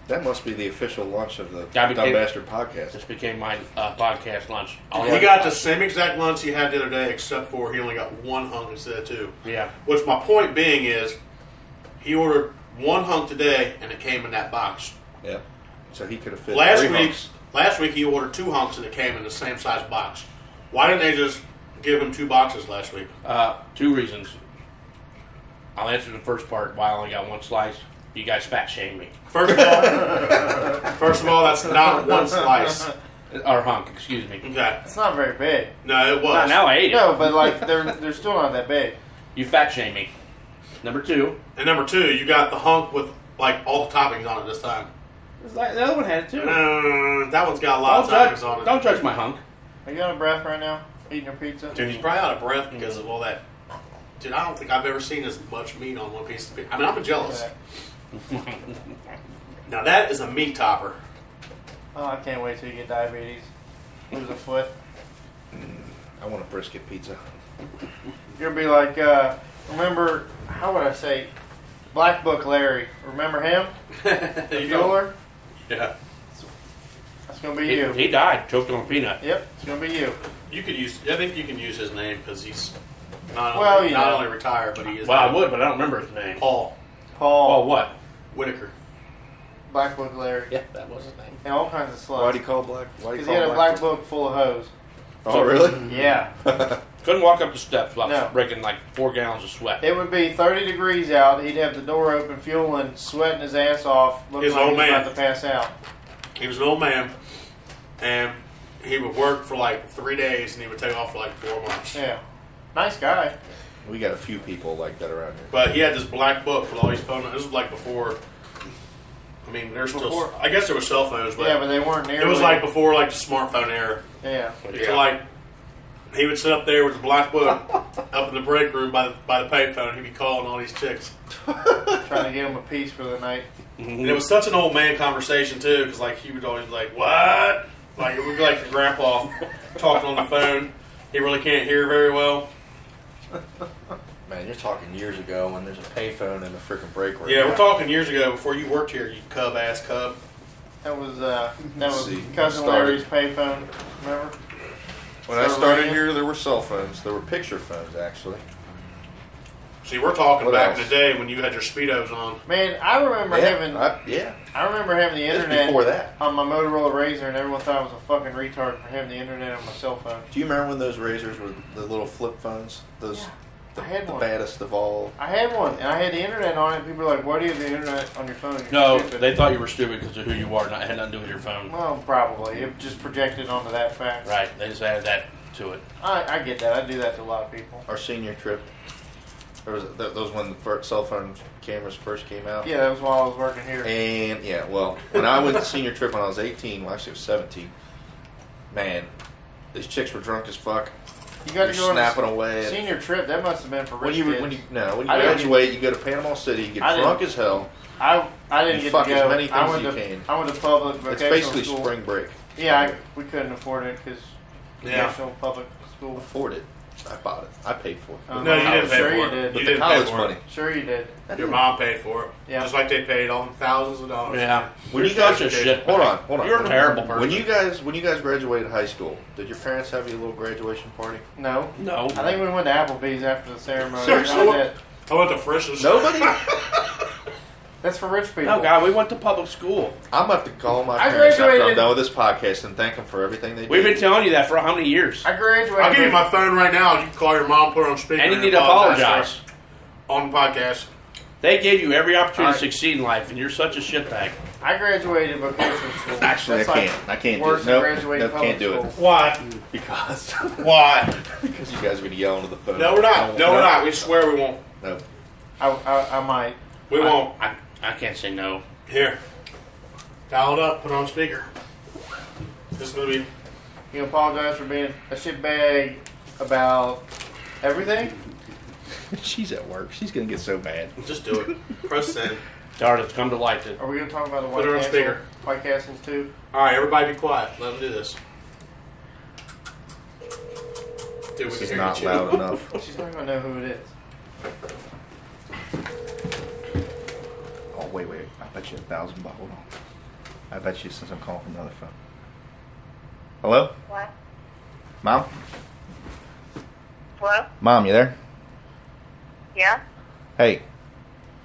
[SPEAKER 4] That must be the official launch of the
[SPEAKER 1] Gotta
[SPEAKER 4] Dumb
[SPEAKER 1] be kidding.
[SPEAKER 4] Bastard podcast.
[SPEAKER 1] This became my uh, podcast lunch. I'll
[SPEAKER 3] he
[SPEAKER 1] have-
[SPEAKER 3] got the same exact lunch he had the other day, except for he only got one hunk instead of two.
[SPEAKER 1] Yeah.
[SPEAKER 3] Which my point being is, he ordered one hunk today, and it came in that box.
[SPEAKER 4] Yeah. So he could have fit
[SPEAKER 3] last
[SPEAKER 4] three
[SPEAKER 3] week,
[SPEAKER 4] months.
[SPEAKER 3] last week he ordered two hunks and it came in the same size box. Why didn't they just give him two boxes last week?
[SPEAKER 1] Uh, two reasons. I'll answer the first part. Why I only got one slice. You guys fat shame me
[SPEAKER 3] First of all, first of all, that's not one slice.
[SPEAKER 1] Uh, or hunk. Excuse me.
[SPEAKER 3] Okay,
[SPEAKER 2] it's not very big.
[SPEAKER 3] no, it was.
[SPEAKER 1] now I ate it.
[SPEAKER 2] No, but like they're they're still not that big.
[SPEAKER 1] You fat shame me. Number two.
[SPEAKER 3] And number two, you got the hunk with like all the toppings on it this time.
[SPEAKER 1] Like, the other one had it too.
[SPEAKER 3] Uh, that one's got a lot
[SPEAKER 1] Don't
[SPEAKER 3] of
[SPEAKER 1] judge,
[SPEAKER 3] toppings on it.
[SPEAKER 1] don't judge my hunk.
[SPEAKER 2] Are you out of breath right now? Eating your pizza?
[SPEAKER 3] Dude, he's probably out of breath because of all that. Dude, I don't think I've ever seen as much meat on one piece of pizza. I mean, I'm jealous.
[SPEAKER 2] Okay.
[SPEAKER 3] Now that is a meat topper.
[SPEAKER 2] Oh, I can't wait till you get diabetes. Lose a foot.
[SPEAKER 4] I want a brisket pizza.
[SPEAKER 2] You'll be like, uh, remember how would I say, Black Book Larry? Remember him? The
[SPEAKER 3] You know?
[SPEAKER 2] jeweler?
[SPEAKER 3] yeah.
[SPEAKER 2] That's gonna be
[SPEAKER 1] He,
[SPEAKER 2] you.
[SPEAKER 1] he died, choked on a peanut.
[SPEAKER 2] Yep, it's gonna be you.
[SPEAKER 3] You could use. I think you can use his name because he's not
[SPEAKER 2] Well,
[SPEAKER 3] only,
[SPEAKER 2] you
[SPEAKER 3] not
[SPEAKER 2] know.
[SPEAKER 3] only retired, but he is.
[SPEAKER 1] Well, I would, but I don't remember his name.
[SPEAKER 3] Paul
[SPEAKER 1] Oh,
[SPEAKER 2] Paul,
[SPEAKER 1] what?
[SPEAKER 3] Whitaker.
[SPEAKER 2] Black Book Larry,
[SPEAKER 1] Yeah, that was his name.
[SPEAKER 2] and all kinds of slugs.
[SPEAKER 4] Why do you call black? Why do
[SPEAKER 2] Because
[SPEAKER 4] you call
[SPEAKER 2] he had a black
[SPEAKER 4] black?
[SPEAKER 2] book full of hoes.
[SPEAKER 4] Oh, really?
[SPEAKER 2] Yeah.
[SPEAKER 1] Couldn't walk up the steps without
[SPEAKER 2] No.
[SPEAKER 1] breaking like four gallons of sweat.
[SPEAKER 2] It would be 30 degrees out. He'd have the door open, fueling, sweating his ass off, looking
[SPEAKER 3] His
[SPEAKER 2] like
[SPEAKER 3] old
[SPEAKER 2] he's about
[SPEAKER 3] man.
[SPEAKER 2] to pass out.
[SPEAKER 3] He was an old man, and he would work for like three days, and he would take off for like four months.
[SPEAKER 2] Yeah. Nice guy.
[SPEAKER 4] we got a few people like that around here.
[SPEAKER 3] But he had this black book with all his phone. This was like before. I mean, there's still.
[SPEAKER 2] Before-
[SPEAKER 3] I guess there were cell phones, but,
[SPEAKER 2] yeah, but they weren't nearly.
[SPEAKER 3] it was like before like the smartphone era.
[SPEAKER 2] Yeah.
[SPEAKER 3] So like he would sit up there with the black book up in the break room by the by the payphone. He'd be calling all these chicks.
[SPEAKER 2] Trying to get him a piece for the night.
[SPEAKER 3] And it was such an old man conversation too, because like he would always be like, "What?" Like it would be like your grandpa talking on the phone. He really can't hear very well,
[SPEAKER 6] Man, you're talking years ago when there's a payphone in the freaking break room.
[SPEAKER 3] Yeah, we're talking years ago before you worked here, you cub ass cub.
[SPEAKER 2] That was uh, that was
[SPEAKER 4] See,
[SPEAKER 2] cousin
[SPEAKER 4] started.
[SPEAKER 2] Larry's payphone. Remember?
[SPEAKER 4] When I
[SPEAKER 2] Start
[SPEAKER 4] started
[SPEAKER 2] ringing.
[SPEAKER 4] here, there were cell phones. There were picture phones, actually.
[SPEAKER 3] See, we're talking
[SPEAKER 4] What
[SPEAKER 3] back
[SPEAKER 4] else?
[SPEAKER 3] in the day when you had your speedos on.
[SPEAKER 2] Man, I remember having I,
[SPEAKER 4] I, yeah.
[SPEAKER 2] remember having the
[SPEAKER 4] Just
[SPEAKER 2] internet
[SPEAKER 4] before that.
[SPEAKER 2] on my Motorola Razor, and everyone thought I was a fucking retard for having the internet on my cell phone.
[SPEAKER 4] Do you remember when those razors were the little flip phones? Those
[SPEAKER 2] Yeah.
[SPEAKER 4] the,
[SPEAKER 2] I had
[SPEAKER 4] the
[SPEAKER 2] one.
[SPEAKER 4] baddest of all.
[SPEAKER 2] I had one, and I had the internet on it. People were like, "Why do you have the internet on your phone?" You're
[SPEAKER 1] No,
[SPEAKER 2] stupid."
[SPEAKER 1] they thought you were stupid because of who you are. Not had nothing to do with your phone.
[SPEAKER 2] Well, probably it just projected onto that fact.
[SPEAKER 1] Right? They just added that to it.
[SPEAKER 2] I, I get that. I do that to a lot of people.
[SPEAKER 4] Our senior trip. There was th- those when the fir- cell phone cameras first came out.
[SPEAKER 2] Yeah, that was while I was working here.
[SPEAKER 4] And yeah, well, when I went to senior trip when I was 18, well, actually I was 17. Man, these chicks were drunk as fuck.
[SPEAKER 2] You got to
[SPEAKER 4] You're
[SPEAKER 2] go on
[SPEAKER 4] snapping
[SPEAKER 2] a
[SPEAKER 4] away. at-
[SPEAKER 2] senior trip. That must have been for
[SPEAKER 4] when
[SPEAKER 2] rich
[SPEAKER 4] you
[SPEAKER 2] kids.
[SPEAKER 4] when you no when you
[SPEAKER 2] I didn't-
[SPEAKER 4] graduate, you go to Panama City, you get
[SPEAKER 2] I didn't-
[SPEAKER 4] drunk as hell.
[SPEAKER 2] I I didn't
[SPEAKER 4] You
[SPEAKER 2] get
[SPEAKER 4] fuck
[SPEAKER 2] to
[SPEAKER 4] as
[SPEAKER 2] go.
[SPEAKER 4] many
[SPEAKER 2] I
[SPEAKER 4] things
[SPEAKER 2] went
[SPEAKER 4] you
[SPEAKER 2] to
[SPEAKER 4] can.
[SPEAKER 2] I went to public
[SPEAKER 4] It's
[SPEAKER 2] vocational
[SPEAKER 4] basically
[SPEAKER 2] school.
[SPEAKER 4] spring break.
[SPEAKER 2] Yeah,
[SPEAKER 4] Spring
[SPEAKER 2] I, we couldn't afford it because
[SPEAKER 3] Yeah.
[SPEAKER 2] national public school.
[SPEAKER 4] break. afford it. I bought it. I paid for it.
[SPEAKER 2] Um,
[SPEAKER 3] No, you didn't pay
[SPEAKER 2] sure
[SPEAKER 3] for
[SPEAKER 2] you
[SPEAKER 3] it.
[SPEAKER 2] did.
[SPEAKER 3] You
[SPEAKER 4] With the
[SPEAKER 3] didn't
[SPEAKER 4] college
[SPEAKER 3] pay for
[SPEAKER 4] money.
[SPEAKER 3] it.
[SPEAKER 2] Sure, you did.
[SPEAKER 3] Your mom paid for it.
[SPEAKER 2] Yeah.
[SPEAKER 3] Just like they paid all them thousands of dollars.
[SPEAKER 1] Yeah.
[SPEAKER 4] When
[SPEAKER 1] You're
[SPEAKER 4] you guys
[SPEAKER 1] such a
[SPEAKER 4] are
[SPEAKER 1] shit.
[SPEAKER 4] Hold on, hold on.
[SPEAKER 1] You're a terrible person.
[SPEAKER 4] When you guys when you guys graduated high school, did your parents have you a little graduation party?
[SPEAKER 2] No,
[SPEAKER 1] no,
[SPEAKER 2] I think we went to Applebee's after the ceremony.
[SPEAKER 3] Seriously?
[SPEAKER 2] That was it.
[SPEAKER 3] I went to Frisch's.
[SPEAKER 4] Nobody.
[SPEAKER 2] That's for rich people.
[SPEAKER 1] no, God, we went to public school.
[SPEAKER 4] I'm about to call my
[SPEAKER 2] I
[SPEAKER 4] parents after I'm
[SPEAKER 2] graduated-
[SPEAKER 4] done with this podcast and thank them for everything they
[SPEAKER 1] We've
[SPEAKER 4] did.
[SPEAKER 1] been telling you that for how many years?
[SPEAKER 2] I graduated.
[SPEAKER 3] I'll give you my phone right now. You can call your mom, put her on speaker.
[SPEAKER 1] And you need to
[SPEAKER 3] apologize
[SPEAKER 1] apologize.
[SPEAKER 3] On the podcast.
[SPEAKER 1] They gave you every opportunity
[SPEAKER 2] All right.
[SPEAKER 1] to succeed in life, and you're such a shitbag.
[SPEAKER 2] I graduated vocational school.
[SPEAKER 4] Actually,
[SPEAKER 2] That's
[SPEAKER 4] I
[SPEAKER 2] like
[SPEAKER 4] can't. I can't do
[SPEAKER 2] worse
[SPEAKER 4] it.
[SPEAKER 2] than
[SPEAKER 4] Nope,
[SPEAKER 2] graduating
[SPEAKER 4] nope,
[SPEAKER 2] public
[SPEAKER 4] can't do it.
[SPEAKER 2] school.
[SPEAKER 3] Why?
[SPEAKER 4] because
[SPEAKER 3] Why?
[SPEAKER 4] because you guys are gonna yell into the phone.
[SPEAKER 3] No, we're not. No, we're not. We swear we won't.
[SPEAKER 4] No.
[SPEAKER 2] I, I, I might.
[SPEAKER 3] We won't.
[SPEAKER 1] I, I can't say no.
[SPEAKER 3] Here. Dial it up. Put it on speaker. This is going to be.
[SPEAKER 2] You apologize for being a shitbag about everything.
[SPEAKER 4] She's at work. She's gonna get so mad.
[SPEAKER 3] Just do it. Press send.
[SPEAKER 1] Darn, it's come to light that
[SPEAKER 2] Are we going to talk about the White
[SPEAKER 3] Put her on
[SPEAKER 2] Castle?
[SPEAKER 3] speaker.
[SPEAKER 2] White Castles too.
[SPEAKER 3] All right, everybody be quiet. Let them do this. Dude, we
[SPEAKER 4] This
[SPEAKER 3] can
[SPEAKER 4] is
[SPEAKER 3] hear
[SPEAKER 4] not
[SPEAKER 3] you.
[SPEAKER 4] loud enough.
[SPEAKER 2] She's not going to know who it is.
[SPEAKER 4] Oh wait, wait. I bet you a thousand. But hold on. I bet you since I'm calling from another phone. Hello,
[SPEAKER 7] What?
[SPEAKER 4] mom.
[SPEAKER 7] Hello?
[SPEAKER 4] Mom, you there?
[SPEAKER 7] Yeah?
[SPEAKER 4] Hey,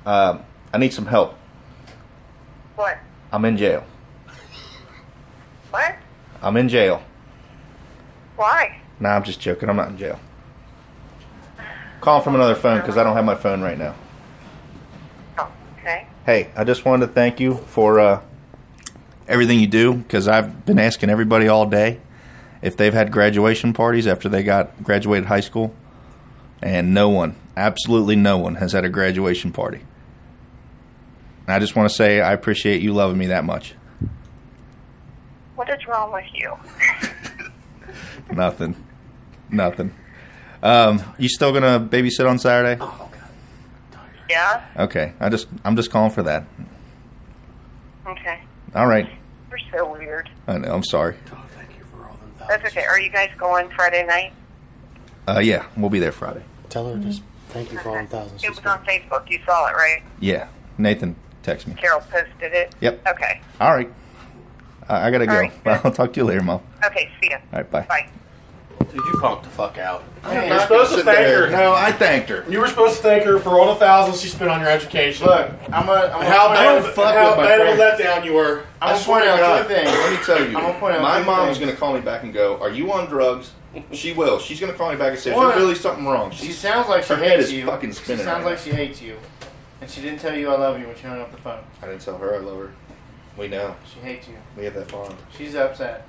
[SPEAKER 4] um, I need some help.
[SPEAKER 7] What?
[SPEAKER 4] I'm in jail.
[SPEAKER 7] What?
[SPEAKER 4] I'm in jail.
[SPEAKER 7] Why?
[SPEAKER 4] Nah, I'm just joking. I'm not in jail. Calling from another phone because I don't have my phone right now.
[SPEAKER 7] Oh, okay.
[SPEAKER 4] Hey, I just wanted to thank you for uh, everything you do because I've been asking everybody all day if they've had graduation parties after they got graduated high school, and no one, absolutely no one, has had a graduation party. And I just want to say I appreciate you loving me that much.
[SPEAKER 7] What is wrong with you?
[SPEAKER 4] Nothing. Nothing. Um, you still gonna babysit on Saturday?
[SPEAKER 7] Yeah?
[SPEAKER 4] Okay. I just I'm just calling for that.
[SPEAKER 7] Okay.
[SPEAKER 4] All right.
[SPEAKER 7] You're so weird.
[SPEAKER 4] I know, I'm sorry.
[SPEAKER 7] That's okay. Are you guys going Friday night?
[SPEAKER 4] Uh, yeah, we'll be there Friday.
[SPEAKER 8] Tell her just thank you for all the thousands.
[SPEAKER 7] It
[SPEAKER 8] she's
[SPEAKER 7] was on Facebook. You saw it, right?
[SPEAKER 4] Yeah. Nathan, text me.
[SPEAKER 7] Carol posted it?
[SPEAKER 4] Yep.
[SPEAKER 7] Okay.
[SPEAKER 4] All right. I, I gotta go.
[SPEAKER 7] All right.
[SPEAKER 4] I'll talk to you later, mom.
[SPEAKER 7] Okay, see ya.
[SPEAKER 4] All right. Bye.
[SPEAKER 7] Bye.
[SPEAKER 6] Dude, you punked the fuck out.
[SPEAKER 2] Man,
[SPEAKER 3] You're supposed to thank her.
[SPEAKER 4] No, I thanked her.
[SPEAKER 3] You were supposed to thank her for all the thousands she spent on your education.
[SPEAKER 2] Look, I'm gonna. I'm
[SPEAKER 3] And how
[SPEAKER 2] gonna
[SPEAKER 3] bad,
[SPEAKER 2] point out-
[SPEAKER 4] fuck with
[SPEAKER 3] how
[SPEAKER 4] my
[SPEAKER 3] bad of
[SPEAKER 4] friends.
[SPEAKER 3] a letdown you were.
[SPEAKER 2] I'm gonna point out two things.
[SPEAKER 4] Let me tell you,
[SPEAKER 2] I'm gonna point out
[SPEAKER 4] my
[SPEAKER 2] two
[SPEAKER 4] mom's
[SPEAKER 2] things.
[SPEAKER 4] gonna call me back and go, "Are you on drugs?" She will. She's gonna call me back and say,
[SPEAKER 2] One.
[SPEAKER 4] "There's really something wrong."
[SPEAKER 2] She
[SPEAKER 4] She's
[SPEAKER 2] sounds like she
[SPEAKER 4] her head
[SPEAKER 2] hates
[SPEAKER 4] is
[SPEAKER 2] you.
[SPEAKER 4] fucking
[SPEAKER 2] she
[SPEAKER 4] spinning
[SPEAKER 2] sounds
[SPEAKER 4] right
[SPEAKER 2] like she hates you, and she didn't tell you I love you when she hung up the phone.
[SPEAKER 4] I didn't tell her I love her. We know.
[SPEAKER 2] She hates you.
[SPEAKER 4] We have that bond.
[SPEAKER 2] She's upset.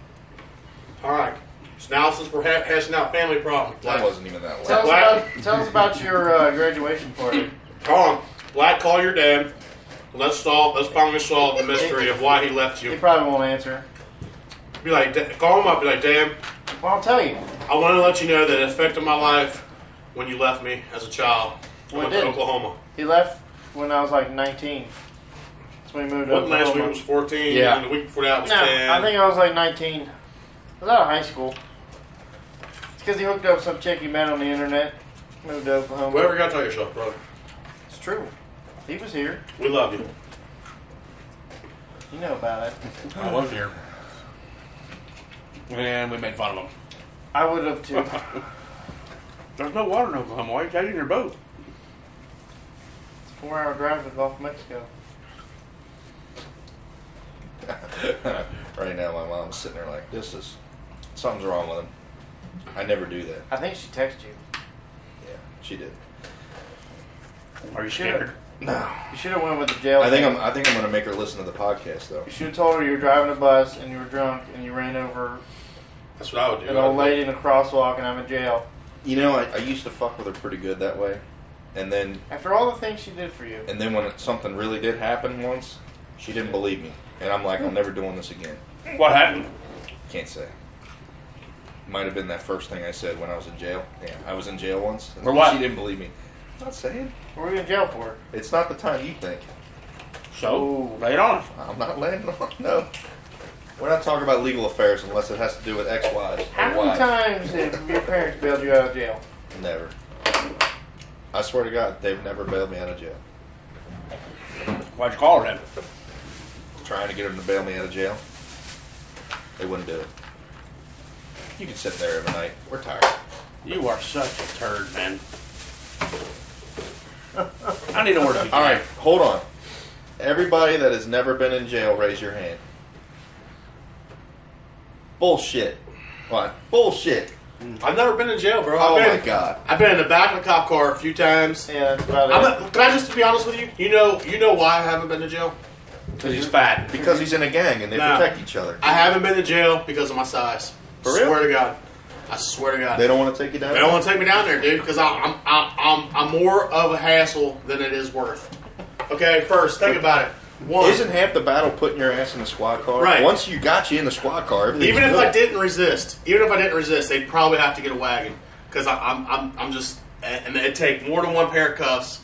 [SPEAKER 3] All right. So now since we're ha- hashing out family problems,
[SPEAKER 4] That
[SPEAKER 3] Black,
[SPEAKER 4] wasn't even that
[SPEAKER 2] Tell
[SPEAKER 4] loud.
[SPEAKER 2] us
[SPEAKER 3] Black.
[SPEAKER 2] about, tell us about your uh, graduation party.
[SPEAKER 3] Colin, Black, call your dad. Let's solve. Let's finally solve the mystery of why he left
[SPEAKER 2] He
[SPEAKER 3] you.
[SPEAKER 2] probably won't answer.
[SPEAKER 3] Be like, "Da- call him up. Be like, damn.
[SPEAKER 2] Well, I'll tell you.
[SPEAKER 3] I want to let you know that it affected my life when you left me as a child. I
[SPEAKER 2] Well, it
[SPEAKER 3] went to
[SPEAKER 2] did.
[SPEAKER 3] Oklahoma.
[SPEAKER 2] He left when I was like 19. That's when he moved
[SPEAKER 3] What
[SPEAKER 2] up.
[SPEAKER 3] last week was 14.
[SPEAKER 1] Yeah.
[SPEAKER 3] And the week before that was
[SPEAKER 2] No,
[SPEAKER 3] 10.
[SPEAKER 2] I think I was like 19. I was out of high school. It's because he hooked up with some chick he met on the internet. Moved to Oklahoma.
[SPEAKER 3] Whatever you got to tell yourself, brother.
[SPEAKER 2] It's true. He was here.
[SPEAKER 3] We love you.
[SPEAKER 2] You know about it.
[SPEAKER 1] I was here. And we made fun of him.
[SPEAKER 2] I would have too.
[SPEAKER 1] There's no water in Oklahoma. Why are you taking your boat?
[SPEAKER 2] Four hour drive to the Gulf of Mexico.
[SPEAKER 4] right now, my mom's sitting there like, this is something's wrong with him. I never do that.
[SPEAKER 2] I think she texted you.
[SPEAKER 4] Yeah, she did.
[SPEAKER 1] Are you
[SPEAKER 2] Should've-
[SPEAKER 1] scared?
[SPEAKER 4] No,
[SPEAKER 2] You should have went with the jail.
[SPEAKER 4] I think
[SPEAKER 2] thing.
[SPEAKER 4] I'm. I think I'm gonna make her listen to the podcast though.
[SPEAKER 2] You should have told her you were driving a bus and you were drunk and you ran over
[SPEAKER 3] That's what I would do.
[SPEAKER 2] an old lady in a crosswalk and I'm in jail.
[SPEAKER 4] You know, I, I used to fuck with her pretty good that way, and then
[SPEAKER 2] After all the things she did for you,
[SPEAKER 4] and then when something really did happen once, she didn't believe me, and I'm like, I'm never doing this again.
[SPEAKER 1] What happened?
[SPEAKER 4] Can't say. Might have been that first thing I said when I was in jail. Yeah, I was in jail once. and
[SPEAKER 1] For what?
[SPEAKER 4] She didn't believe me. not saying.
[SPEAKER 2] what were you in jail for?
[SPEAKER 4] It's not the time you think.
[SPEAKER 1] So, lay it on us.
[SPEAKER 4] I'm not laying on. No. We're not talking about legal affairs unless it has to do with ex wives. or
[SPEAKER 2] How many
[SPEAKER 4] wives.
[SPEAKER 2] times did your parents bail you out of jail?
[SPEAKER 4] Never. I swear to God, they've never bailed me out of jail.
[SPEAKER 1] Why'd you call her then?
[SPEAKER 4] Trying to get them to bail me out of jail, they wouldn't do it. You can sit there every night. We're tired.
[SPEAKER 1] You are such a turd, man. I need to order.
[SPEAKER 4] All right, hold on. Everybody that has never been in jail, raise your hand. Bullshit. What? Bullshit.
[SPEAKER 3] I've never been in jail, bro.
[SPEAKER 4] Oh
[SPEAKER 3] I've
[SPEAKER 4] my
[SPEAKER 3] been,
[SPEAKER 4] God.
[SPEAKER 3] I've been in the back of a cop car a few times.
[SPEAKER 2] Yeah, that's about it.
[SPEAKER 3] I'm not, can I just be honest with you? You know, you know why I haven't been to jail.
[SPEAKER 1] Because he's fat.
[SPEAKER 4] Because he's in a gang and they
[SPEAKER 3] Nah.
[SPEAKER 4] protect each other.
[SPEAKER 3] I haven't been to jail because of my size.
[SPEAKER 4] For real?
[SPEAKER 3] Swear to God. I swear to God.
[SPEAKER 4] They don't want to take you down.
[SPEAKER 3] They don't want to take me down there, dude, because I'm, I'm, I'm, I'm more of a hassle than it is worth. Okay, first, think about it. One,
[SPEAKER 4] Isn't half the battle putting your ass in the squad car?
[SPEAKER 3] Right.
[SPEAKER 4] Once you got you in the squad car, everything's
[SPEAKER 3] even if
[SPEAKER 4] good.
[SPEAKER 3] I didn't resist, even if I didn't resist, they'd probably have to get a wagon because I'm, I'm, I'm just, and it'd take more than one pair of cuffs.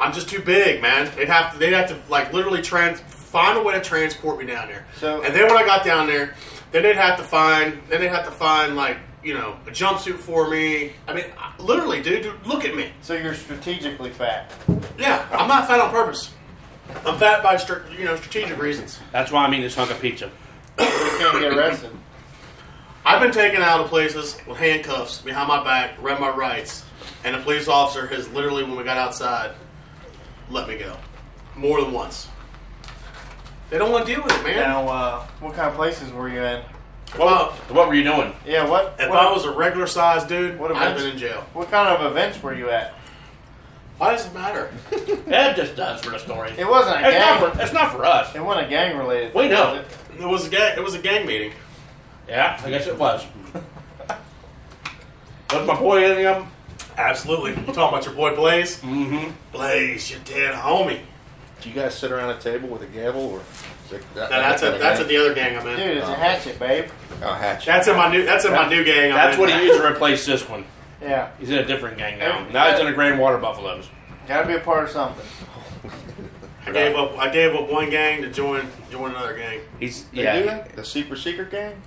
[SPEAKER 3] I'm just too big, man. They'd have to, they'd have to like literally trans, find a way to transport me down there.
[SPEAKER 2] So-
[SPEAKER 3] and then when I got down there, then they'd have to find, then they'd have to find like you know a jumpsuit for me. I mean, I- literally, dude, dude look at me.
[SPEAKER 2] so you're strategically fat.
[SPEAKER 3] Yeah, I'm not fat on purpose. I'm fat by str- you know strategic reasons.
[SPEAKER 1] That's why I'm eating this hunk of pizza.
[SPEAKER 2] You can't get arrested.
[SPEAKER 3] I've been taken out of places with handcuffs behind my back, read my rights, and a police officer has literally, when we got outside, let me go more than once. They don't want to deal with it, man.
[SPEAKER 2] Now, uh, what kind of places were you in?
[SPEAKER 3] well,
[SPEAKER 1] What were you doing?
[SPEAKER 2] Yeah, what?
[SPEAKER 3] if
[SPEAKER 2] what,
[SPEAKER 3] I was a regular sized dude,
[SPEAKER 2] What
[SPEAKER 3] I'd
[SPEAKER 2] events?
[SPEAKER 3] have been in jail.
[SPEAKER 2] what kind of events were you at?
[SPEAKER 3] Why does it matter?
[SPEAKER 1] That just does for the story.
[SPEAKER 2] It wasn't a
[SPEAKER 1] It's
[SPEAKER 2] gang.
[SPEAKER 1] not for, it's not for us.
[SPEAKER 2] it wasn't a gang related.
[SPEAKER 1] We know.
[SPEAKER 3] It was a gang. It was a gang meeting.
[SPEAKER 1] Yeah, I guess it was. was my boy in him?
[SPEAKER 3] Absolutely. You talking about your boy Blaze?
[SPEAKER 1] Mm-hmm.
[SPEAKER 3] Blaze, your dead homie.
[SPEAKER 4] Do you guys sit around a table with a gavel or? Is it- that-
[SPEAKER 3] Now, that's
[SPEAKER 4] that
[SPEAKER 3] a,
[SPEAKER 4] kinda
[SPEAKER 3] that's at
[SPEAKER 4] gang?
[SPEAKER 3] the other gang I'm in.
[SPEAKER 2] Dude, it's
[SPEAKER 4] Oh.
[SPEAKER 2] a hatchet, babe.
[SPEAKER 4] Oh, hatch.
[SPEAKER 3] That's in my new. That's in my new gang. I'm
[SPEAKER 1] That's
[SPEAKER 3] in.
[SPEAKER 1] what he used to replace this one.
[SPEAKER 2] Yeah,
[SPEAKER 1] He's in a different gang now. Now he's in the Grand Water Buffaloes.
[SPEAKER 2] gotta be a part of something.
[SPEAKER 3] I gave up. I gave up one gang to join join another gang.
[SPEAKER 1] He's
[SPEAKER 4] They
[SPEAKER 1] yeah,
[SPEAKER 4] do that? The secret secret gang.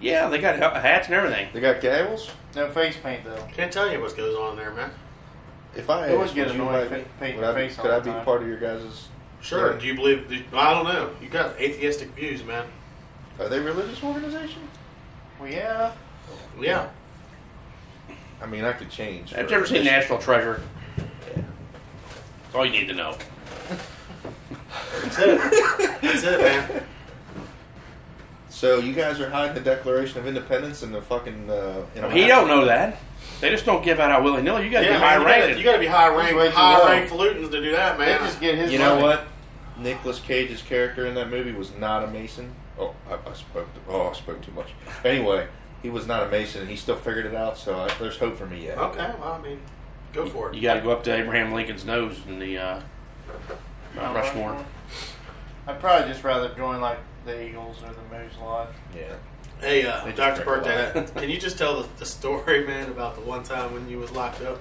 [SPEAKER 1] yeah. They got ha- hats and everything.
[SPEAKER 4] They got gavels.
[SPEAKER 2] No face paint though.
[SPEAKER 3] Can't tell you what goes on there, man.
[SPEAKER 4] If I
[SPEAKER 2] It would
[SPEAKER 4] asked,
[SPEAKER 2] get
[SPEAKER 4] would you
[SPEAKER 2] annoying
[SPEAKER 4] like me?
[SPEAKER 2] paint- paint
[SPEAKER 4] Would I be-
[SPEAKER 2] face all
[SPEAKER 4] could I
[SPEAKER 2] the
[SPEAKER 4] be
[SPEAKER 2] time.
[SPEAKER 4] part of your guys'?
[SPEAKER 3] Sure.
[SPEAKER 4] Yeah.
[SPEAKER 3] Do you believe? Do you- I don't know. You got atheistic views, man.
[SPEAKER 4] Are they religious organization?
[SPEAKER 2] Well, yeah.
[SPEAKER 3] Yeah.
[SPEAKER 4] I mean, I could change.
[SPEAKER 1] Have
[SPEAKER 4] for
[SPEAKER 1] you ever seen
[SPEAKER 4] religion.
[SPEAKER 1] National Treasure? That's all you need to know.
[SPEAKER 3] That's it. That's it, man.
[SPEAKER 4] So you guys are hiding the Declaration of Independence in the fucking. Uh, in a
[SPEAKER 1] He
[SPEAKER 4] map?
[SPEAKER 1] don't know that. They just don't give out out willy nilly. You got to
[SPEAKER 3] Oh, Yeah,
[SPEAKER 1] be high
[SPEAKER 3] man, you gotta-
[SPEAKER 1] rated.
[SPEAKER 3] You got to be high
[SPEAKER 2] way
[SPEAKER 3] rank,
[SPEAKER 2] too
[SPEAKER 3] high
[SPEAKER 2] low.
[SPEAKER 3] rank pollutants to do that,
[SPEAKER 2] They
[SPEAKER 3] man.
[SPEAKER 2] just get his.
[SPEAKER 4] You know
[SPEAKER 2] money.
[SPEAKER 4] what? Nicolas Cage's character in that movie was not a Mason. Oh, I, I spoke. To, oh, I spoke too much. Anyway, he was not a Mason, and he still figured it out. So I, there's hope for me yet.
[SPEAKER 1] Oh.
[SPEAKER 3] okay. Well, I mean, go for
[SPEAKER 1] You
[SPEAKER 3] it.
[SPEAKER 1] got to go up to Abraham Lincoln's nose in the uh, Mount Rushmore.
[SPEAKER 2] I'd probably just rather join like the Eagles or the Moose Lodge.
[SPEAKER 4] Yeah.
[SPEAKER 3] Hey, uh,
[SPEAKER 4] They just
[SPEAKER 3] Doctor
[SPEAKER 4] drink a
[SPEAKER 3] Birthday, can you just tell the, the story, man, about the one time when you was locked up?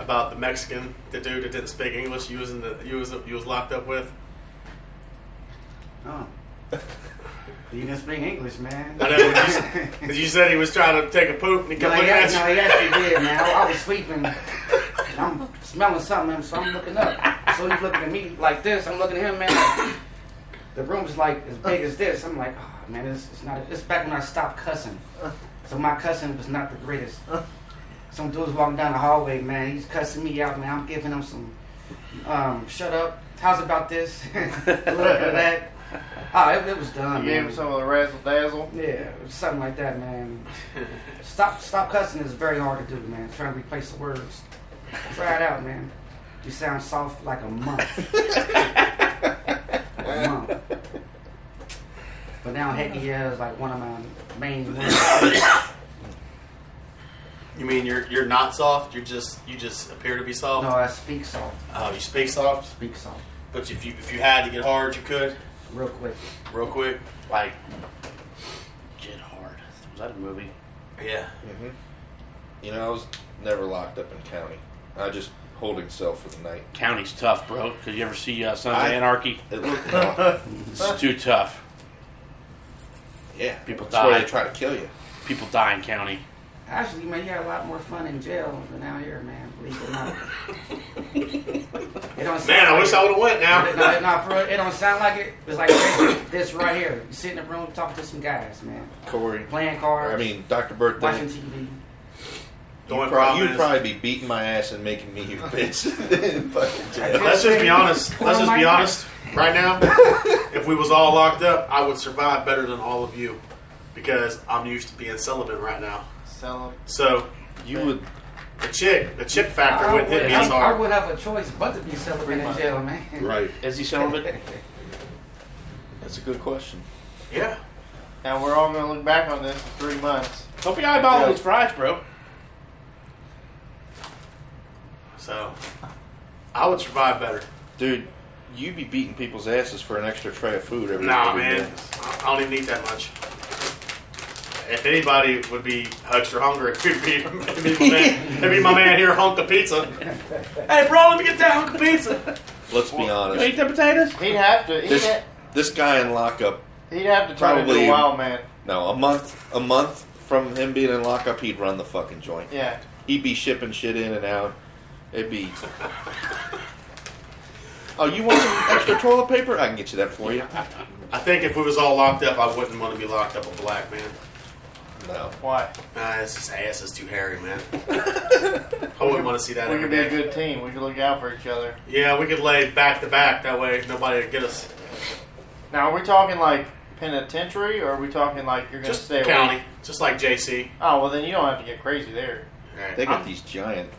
[SPEAKER 3] About the Mexican, the dude that didn't speak English, you was in the, you was you was locked up with.
[SPEAKER 5] Oh. You didn't speak English, man.
[SPEAKER 2] I know. You, said- 'cause you said he was trying to take a poop and he
[SPEAKER 5] No,
[SPEAKER 2] kept
[SPEAKER 5] he
[SPEAKER 2] looking at
[SPEAKER 5] actually,
[SPEAKER 2] you.
[SPEAKER 5] no, he actually did, man. I, I was sleeping. And I'm smelling something, so I'm looking up. So he's looking at me like this. I'm looking at him, man. Like, the room's like as big as this. I'm like, oh, man, it's, it's not. It's back when I stopped cussing. So my cussing was not the greatest. Some dude's walking down the hallway, man. He's cussing me out, man. I'm giving him some, um, shut up. How's about this? a little bit of that. Oh, it, it was done,
[SPEAKER 2] You
[SPEAKER 5] man.
[SPEAKER 2] gave him some of the razzle dazzle.
[SPEAKER 5] Yeah, something like that, man. stop, stop cussing is very hard to do, man. Trying to replace the words. Try it out, man. You sound soft like a month. a month. But now hecky yeah is like one of my main words.
[SPEAKER 9] You mean you're you're not soft? You're just you just appear to be soft.
[SPEAKER 5] No, I speak soft.
[SPEAKER 9] Uh, you speak soft,
[SPEAKER 5] Speak soft.
[SPEAKER 9] but if you if you had to get hard, you could
[SPEAKER 5] Real quick.
[SPEAKER 9] real quick.
[SPEAKER 1] Like, get hard. Was that a movie?
[SPEAKER 9] Yeah.
[SPEAKER 4] hmm You know, I was never locked up in county. I just holding cell for the night.
[SPEAKER 1] County's tough, bro. Cause you ever see uh, Sons of
[SPEAKER 4] I-
[SPEAKER 1] Anarchy?
[SPEAKER 4] It looked no,
[SPEAKER 1] It's too tough.
[SPEAKER 4] yeah.
[SPEAKER 1] People
[SPEAKER 4] That's why
[SPEAKER 1] die.
[SPEAKER 4] they try to kill you.
[SPEAKER 1] People die in county.
[SPEAKER 5] Actually, man, you had a lot more fun in jail than out here, man. Believe it or not. It don't
[SPEAKER 3] Man, I wish I would have went now.
[SPEAKER 5] No, it, no, for real, it don't sound like it. It's like this, this right here. You sit in a room talking to some guys, man.
[SPEAKER 4] Corey.
[SPEAKER 5] Playing cards.
[SPEAKER 4] I mean, Doctor Birthday.
[SPEAKER 5] watching TV.
[SPEAKER 3] The
[SPEAKER 4] You'd, prob-
[SPEAKER 3] only problem
[SPEAKER 4] you'd
[SPEAKER 3] is-
[SPEAKER 4] probably be beating my ass and making me your bitch. in fucking jail.
[SPEAKER 3] Let's just be honest. Let's just be honest. Right now, if we was all locked up, I would survive better than all of you because I'm used to being celibate right now.
[SPEAKER 2] Sell him.
[SPEAKER 3] So
[SPEAKER 4] you would.
[SPEAKER 3] the chick, the chick
[SPEAKER 5] I
[SPEAKER 3] factor
[SPEAKER 5] would,
[SPEAKER 3] wouldn't hit me as
[SPEAKER 5] I, I
[SPEAKER 3] hard.
[SPEAKER 5] would have a choice but to be celebrating in jail, man.
[SPEAKER 4] Right.
[SPEAKER 1] Is he celibate?
[SPEAKER 4] That's a good question.
[SPEAKER 3] Yeah.
[SPEAKER 2] Now we're all gonna look back on this in three months.
[SPEAKER 1] Don't be eyeballing
[SPEAKER 2] Yeah.
[SPEAKER 1] these fries, bro.
[SPEAKER 3] So I would survive better.
[SPEAKER 4] Dude, you be beating people's asses for an extra tray of food every
[SPEAKER 3] Nah,
[SPEAKER 4] every
[SPEAKER 3] man.
[SPEAKER 4] day.
[SPEAKER 3] I I don't even eat that much. If anybody would be extra hungry, it'd be, it'd be, my, man, it'd be my man here, Hunk of Pizza. Hey, bro, let me get that Hunk of Pizza.
[SPEAKER 4] Let's be
[SPEAKER 1] You
[SPEAKER 4] honest.
[SPEAKER 1] eat the potatoes?
[SPEAKER 2] He'd have to. He'd,
[SPEAKER 4] This
[SPEAKER 2] ha-
[SPEAKER 4] this guy in lockup.
[SPEAKER 2] he'd have to turn into
[SPEAKER 4] Probably-
[SPEAKER 2] a wild man.
[SPEAKER 4] No, a month a month from him being in lockup, he'd run the fucking joint.
[SPEAKER 2] Yeah.
[SPEAKER 4] He'd be shipping shit in and out. It'd be. oh, you want some extra toilet paper? I can get you that for you.
[SPEAKER 3] I think if we was all locked up, I wouldn't want to be locked up a black man.
[SPEAKER 4] No.
[SPEAKER 2] Why?
[SPEAKER 3] Nah, it's just ass is too hairy, man. I wouldn't want to see that
[SPEAKER 2] We
[SPEAKER 3] every
[SPEAKER 2] could be a
[SPEAKER 3] day.
[SPEAKER 2] good team. We could look out for each other.
[SPEAKER 3] Yeah, we could lay back to back. That way, nobody would get us.
[SPEAKER 2] Now, are we talking like penitentiary, or are we talking like you're gonna
[SPEAKER 3] Just
[SPEAKER 2] stay?
[SPEAKER 3] county,
[SPEAKER 2] Away?
[SPEAKER 3] just like JC.
[SPEAKER 2] Oh well, then you don't have to get crazy there.
[SPEAKER 3] Alright.
[SPEAKER 4] They got these giant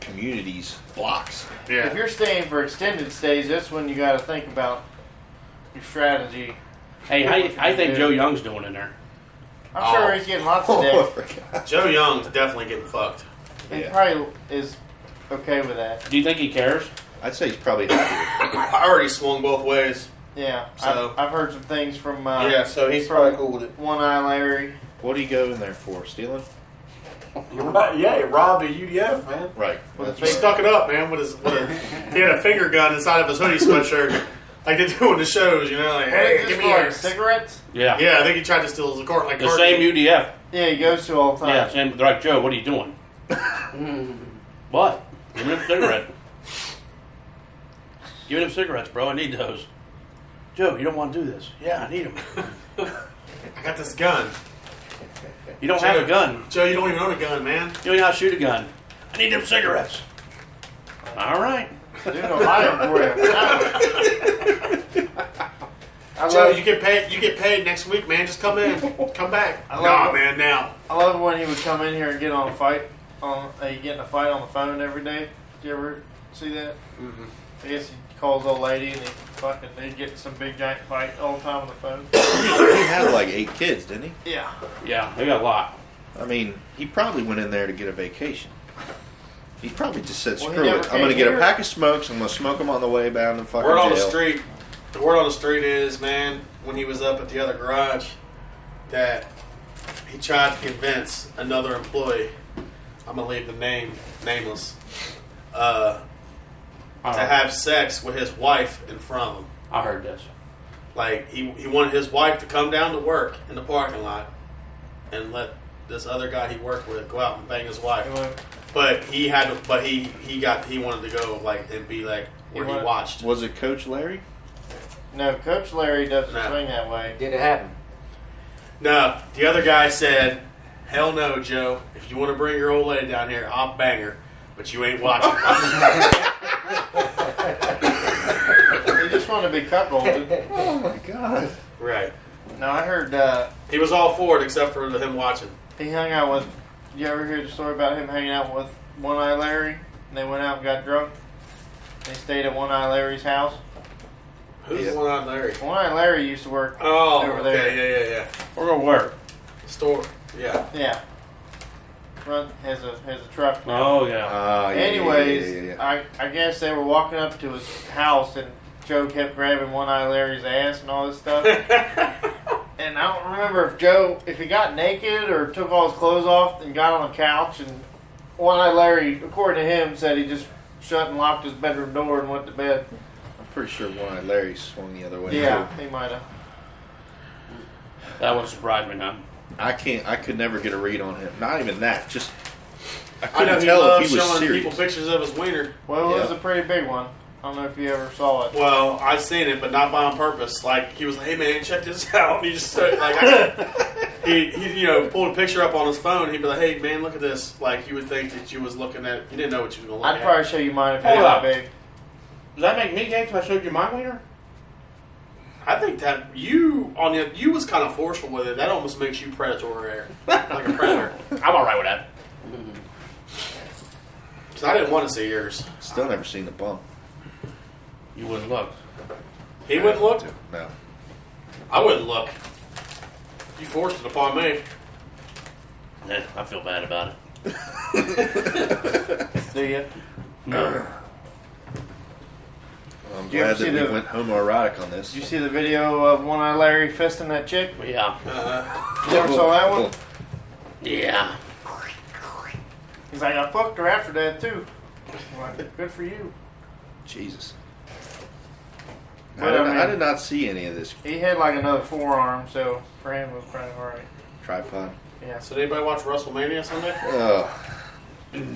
[SPEAKER 4] communities blocks.
[SPEAKER 2] If
[SPEAKER 3] yeah,
[SPEAKER 2] you're staying for extended stays, that's when you got to think about your strategy.
[SPEAKER 1] Hey, I, I think Joe Young's doing in there.
[SPEAKER 2] I'm
[SPEAKER 3] Oh.
[SPEAKER 2] sure he's getting lots of
[SPEAKER 4] Oh, I
[SPEAKER 2] dick.
[SPEAKER 4] forgot.
[SPEAKER 3] Joe Young's definitely getting fucked.
[SPEAKER 2] He
[SPEAKER 4] Yeah.
[SPEAKER 2] probably is okay with that.
[SPEAKER 1] Do you think he cares?
[SPEAKER 4] I'd say he's probably happy.
[SPEAKER 3] I already swung both ways.
[SPEAKER 2] Yeah,
[SPEAKER 3] So-
[SPEAKER 2] I've, I've heard some things from uh,
[SPEAKER 3] yeah, so he's probably cool with it.
[SPEAKER 2] One Eye Larry.
[SPEAKER 4] What do you go in there for? Stealing?
[SPEAKER 3] yeah, he robbed a UDF, man.
[SPEAKER 4] Right.
[SPEAKER 2] With a
[SPEAKER 4] That's
[SPEAKER 2] fake-
[SPEAKER 3] He stuck it up, man. With his, with a, he had a finger gun inside of his hoodie sweatshirt, like they do in the shows, you know? Like,
[SPEAKER 2] What
[SPEAKER 3] hey,
[SPEAKER 2] is
[SPEAKER 3] give
[SPEAKER 2] this
[SPEAKER 3] me
[SPEAKER 2] for,
[SPEAKER 3] yours.
[SPEAKER 2] cigarettes.
[SPEAKER 1] Yeah.
[SPEAKER 3] Yeah, I think he tried to steal his cart like
[SPEAKER 1] The
[SPEAKER 3] Cartman.
[SPEAKER 1] same UDF.
[SPEAKER 2] Yeah, he goes to all the
[SPEAKER 1] Yeah,
[SPEAKER 2] time.
[SPEAKER 1] same. They're like, Joe, what are you doing?
[SPEAKER 5] Mm.
[SPEAKER 1] What? Give me a cigarette. Give me them cigarettes, bro. I need those. Joe, you don't want to do this. Yeah, I need them.
[SPEAKER 3] I got this gun.
[SPEAKER 1] You don't have a gun.
[SPEAKER 3] Joe, you don't even own a gun, man.
[SPEAKER 1] You don't know how to shoot a gun. I need them cigarettes. All right.
[SPEAKER 2] Dude, I'll buy them for you. I
[SPEAKER 3] Joe,
[SPEAKER 2] love,
[SPEAKER 3] you get paid. You get paid next week, man. Just come in, come back.
[SPEAKER 2] I love
[SPEAKER 3] Nah,
[SPEAKER 2] it.
[SPEAKER 3] man. Now,
[SPEAKER 2] I love when he would come in here and get on a fight. On uh, he get in a fight on the phone every day. Did you ever see that?
[SPEAKER 3] Mm-hmm.
[SPEAKER 2] I guess he calls old lady and he fucking they get in some big giant fight all the time on the phone.
[SPEAKER 4] he had like eight kids, didn't he?
[SPEAKER 2] Yeah,
[SPEAKER 1] Yeah, they got a lot.
[SPEAKER 4] I mean, he probably went in there to get a vacation. He probably just said,
[SPEAKER 2] Well, he
[SPEAKER 4] "Screw
[SPEAKER 2] never
[SPEAKER 4] it! I'm
[SPEAKER 2] came
[SPEAKER 4] going to get a
[SPEAKER 2] here.
[SPEAKER 4] pack of smokes. I'm going to smoke them on the way down to fucking
[SPEAKER 9] Word on the
[SPEAKER 4] jail."
[SPEAKER 9] street. The word on the street is, man, when he was up at the other garage,
[SPEAKER 3] that he tried to convince another employee. I'm gonna leave the name nameless. Uh,
[SPEAKER 1] I
[SPEAKER 3] to
[SPEAKER 1] heard, Oh.
[SPEAKER 3] have sex with his wife in front of him.
[SPEAKER 1] I heard this.
[SPEAKER 3] Like he he wanted his wife to come down to work in the parking lot and let this other guy he worked with go out and bang his wife. But he had to, but he he got he wanted to go like and be like where
[SPEAKER 2] He
[SPEAKER 3] he,
[SPEAKER 2] wanted-
[SPEAKER 3] watched.
[SPEAKER 4] Was it Coach Larry?
[SPEAKER 2] No, Coach Larry doesn't
[SPEAKER 3] No.
[SPEAKER 2] swing that way.
[SPEAKER 5] Did it happen?
[SPEAKER 3] No, the other guy said, "Hell no, Joe. If you want to bring your old lady down here, I'll bang her, but you ain't watching."
[SPEAKER 2] He just wanted to be coupled. no,
[SPEAKER 4] Oh my God!
[SPEAKER 3] right.
[SPEAKER 2] I heard uh,
[SPEAKER 3] He was all for it except for him watching.
[SPEAKER 2] he hung out with. You ever hear the story about him hanging out with One Eye Larry? And they went out and got drunk. They stayed at One Eye Larry's house.
[SPEAKER 3] Who's
[SPEAKER 4] Yeah.
[SPEAKER 3] the one on Larry?
[SPEAKER 2] One Eye Larry used to work.
[SPEAKER 3] Oh,
[SPEAKER 2] Over
[SPEAKER 3] okay,
[SPEAKER 2] there.
[SPEAKER 3] yeah, yeah,
[SPEAKER 1] We're gonna work.
[SPEAKER 3] yeah. Store, yeah.
[SPEAKER 2] Yeah. Run has a has a truck. now.
[SPEAKER 1] Oh yeah.
[SPEAKER 4] Ah, yeah, yeah,
[SPEAKER 2] Anyways,
[SPEAKER 4] yeah, yeah, yeah.
[SPEAKER 2] I I guess they were walking up to his house and Joe kept grabbing One Eye Larry's ass and all this stuff. and I don't remember if Joe if he got naked or took all his clothes off and got on a couch and One Eye Larry, according to him, said he just shut and locked his bedroom door and went to bed.
[SPEAKER 4] I'm pretty sure one eyed Larry swung the other way.
[SPEAKER 2] Yeah, he might have.
[SPEAKER 1] That wouldn't surprise me none.
[SPEAKER 4] too. I can't. I could never get a read on him. Not even that. Just I
[SPEAKER 3] I
[SPEAKER 4] couldn't
[SPEAKER 3] know he
[SPEAKER 4] tell
[SPEAKER 3] loves
[SPEAKER 4] if he was
[SPEAKER 3] showing people
[SPEAKER 4] serious.
[SPEAKER 3] pictures of his wiener.
[SPEAKER 2] Well, it was
[SPEAKER 4] Yeah.
[SPEAKER 2] a pretty big one. I don't know if you ever saw it.
[SPEAKER 3] Well, I've seen it, but not by on purpose. Like he was, hey man, check this out. And he just started, like I- he, he you know pulled a picture up on his phone. He'd be like, hey man, look at this. Like you would think that you was looking at, you didn't know what you was gonna look
[SPEAKER 2] I'd
[SPEAKER 3] at.
[SPEAKER 2] probably show you mine if it
[SPEAKER 1] Hold
[SPEAKER 2] was
[SPEAKER 1] up.
[SPEAKER 2] big.
[SPEAKER 1] Does that make me gay because I showed you my wiener?
[SPEAKER 3] I think that you on the you was kind of forceful with it. That almost makes you predatory, like a predator.
[SPEAKER 1] I'm all right with that.
[SPEAKER 3] Because I didn't want to see yours.
[SPEAKER 4] Still never seen the bump.
[SPEAKER 1] You wouldn't look.
[SPEAKER 3] He wouldn't look.
[SPEAKER 4] No.
[SPEAKER 3] I wouldn't look. You forced it upon me.
[SPEAKER 1] Yeah, Eh, I feel bad about it.
[SPEAKER 2] Do you?
[SPEAKER 1] No.
[SPEAKER 4] Well, I'm
[SPEAKER 2] You ever
[SPEAKER 4] glad that
[SPEAKER 2] see
[SPEAKER 4] we
[SPEAKER 2] the-
[SPEAKER 4] went homoerotic on this.
[SPEAKER 2] Did you see the video of One Eye Larry fisting that chick?
[SPEAKER 1] But yeah.
[SPEAKER 3] Uh,
[SPEAKER 2] You never saw that one?
[SPEAKER 1] Yeah.
[SPEAKER 2] He's like, I fucked her after that too. I'm like, good for you.
[SPEAKER 4] Jesus. I
[SPEAKER 2] But,
[SPEAKER 4] did,
[SPEAKER 2] I mean-
[SPEAKER 4] I did not see any of this
[SPEAKER 2] He had like another forearm, so for him it was kind of alright.
[SPEAKER 4] tripod.
[SPEAKER 2] Yeah.
[SPEAKER 3] so did anybody watch WrestleMania Sunday?
[SPEAKER 4] Ugh. I'd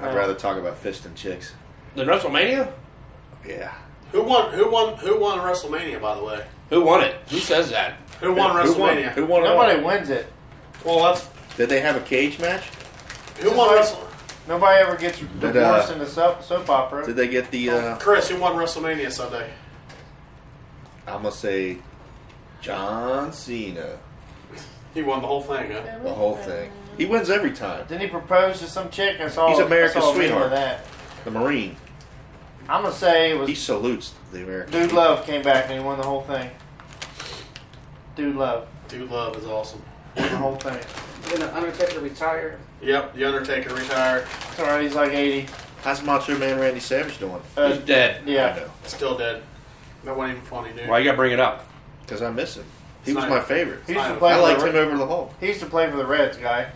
[SPEAKER 2] Uh,
[SPEAKER 4] rather talk about fist and chicks.
[SPEAKER 1] The WrestleMania?
[SPEAKER 4] Yeah.
[SPEAKER 3] Who won? Who won? Who won WrestleMania? By the way,
[SPEAKER 1] Who won it? Who says that?
[SPEAKER 3] who won
[SPEAKER 4] Who won?
[SPEAKER 3] WrestleMania?
[SPEAKER 4] Who won? it
[SPEAKER 2] Nobody
[SPEAKER 4] all?
[SPEAKER 2] wins it.
[SPEAKER 3] Well, that's
[SPEAKER 4] Did they have a cage match?
[SPEAKER 3] who won
[SPEAKER 2] Just
[SPEAKER 3] Wrestle?
[SPEAKER 2] Nobody ever gets
[SPEAKER 4] uh,
[SPEAKER 2] divorced in a soap, soap opera.
[SPEAKER 4] Did they get the? Uh,
[SPEAKER 2] Oh.
[SPEAKER 3] Chris, who won WrestleMania Sunday?
[SPEAKER 4] I'm gonna say John Cena.
[SPEAKER 3] He won the whole thing, huh?
[SPEAKER 4] The whole thing. He wins every time.
[SPEAKER 2] Then he proposed to some chick. I saw.
[SPEAKER 4] He's America's
[SPEAKER 2] I saw a meme
[SPEAKER 4] sweetheart.
[SPEAKER 2] Of that.
[SPEAKER 4] The Marine.
[SPEAKER 2] I'm gonna say it
[SPEAKER 4] He
[SPEAKER 2] was
[SPEAKER 4] salutes the American.
[SPEAKER 2] Dude Love came back and he won the whole thing. Dude Love
[SPEAKER 3] Dude, love is awesome.
[SPEAKER 2] won the whole thing.
[SPEAKER 5] Then the Undertaker retired.
[SPEAKER 3] Yep, The Undertaker retired.
[SPEAKER 2] It's alright. He's like 80.
[SPEAKER 4] How's Macho Man Randy Savage doing?
[SPEAKER 2] Uh,
[SPEAKER 1] He's dead.
[SPEAKER 4] I
[SPEAKER 2] yeah.
[SPEAKER 4] know.
[SPEAKER 3] Still dead. That wasn't even funny, dude.
[SPEAKER 1] Why you gotta bring it up?
[SPEAKER 4] Because I miss him. He
[SPEAKER 3] It's
[SPEAKER 4] was
[SPEAKER 3] not-
[SPEAKER 4] my favorite.
[SPEAKER 2] He used to
[SPEAKER 3] I
[SPEAKER 2] play.
[SPEAKER 4] I
[SPEAKER 2] for
[SPEAKER 4] liked
[SPEAKER 2] the,
[SPEAKER 4] him over the Hulk.
[SPEAKER 2] He used to play for the Reds, guy.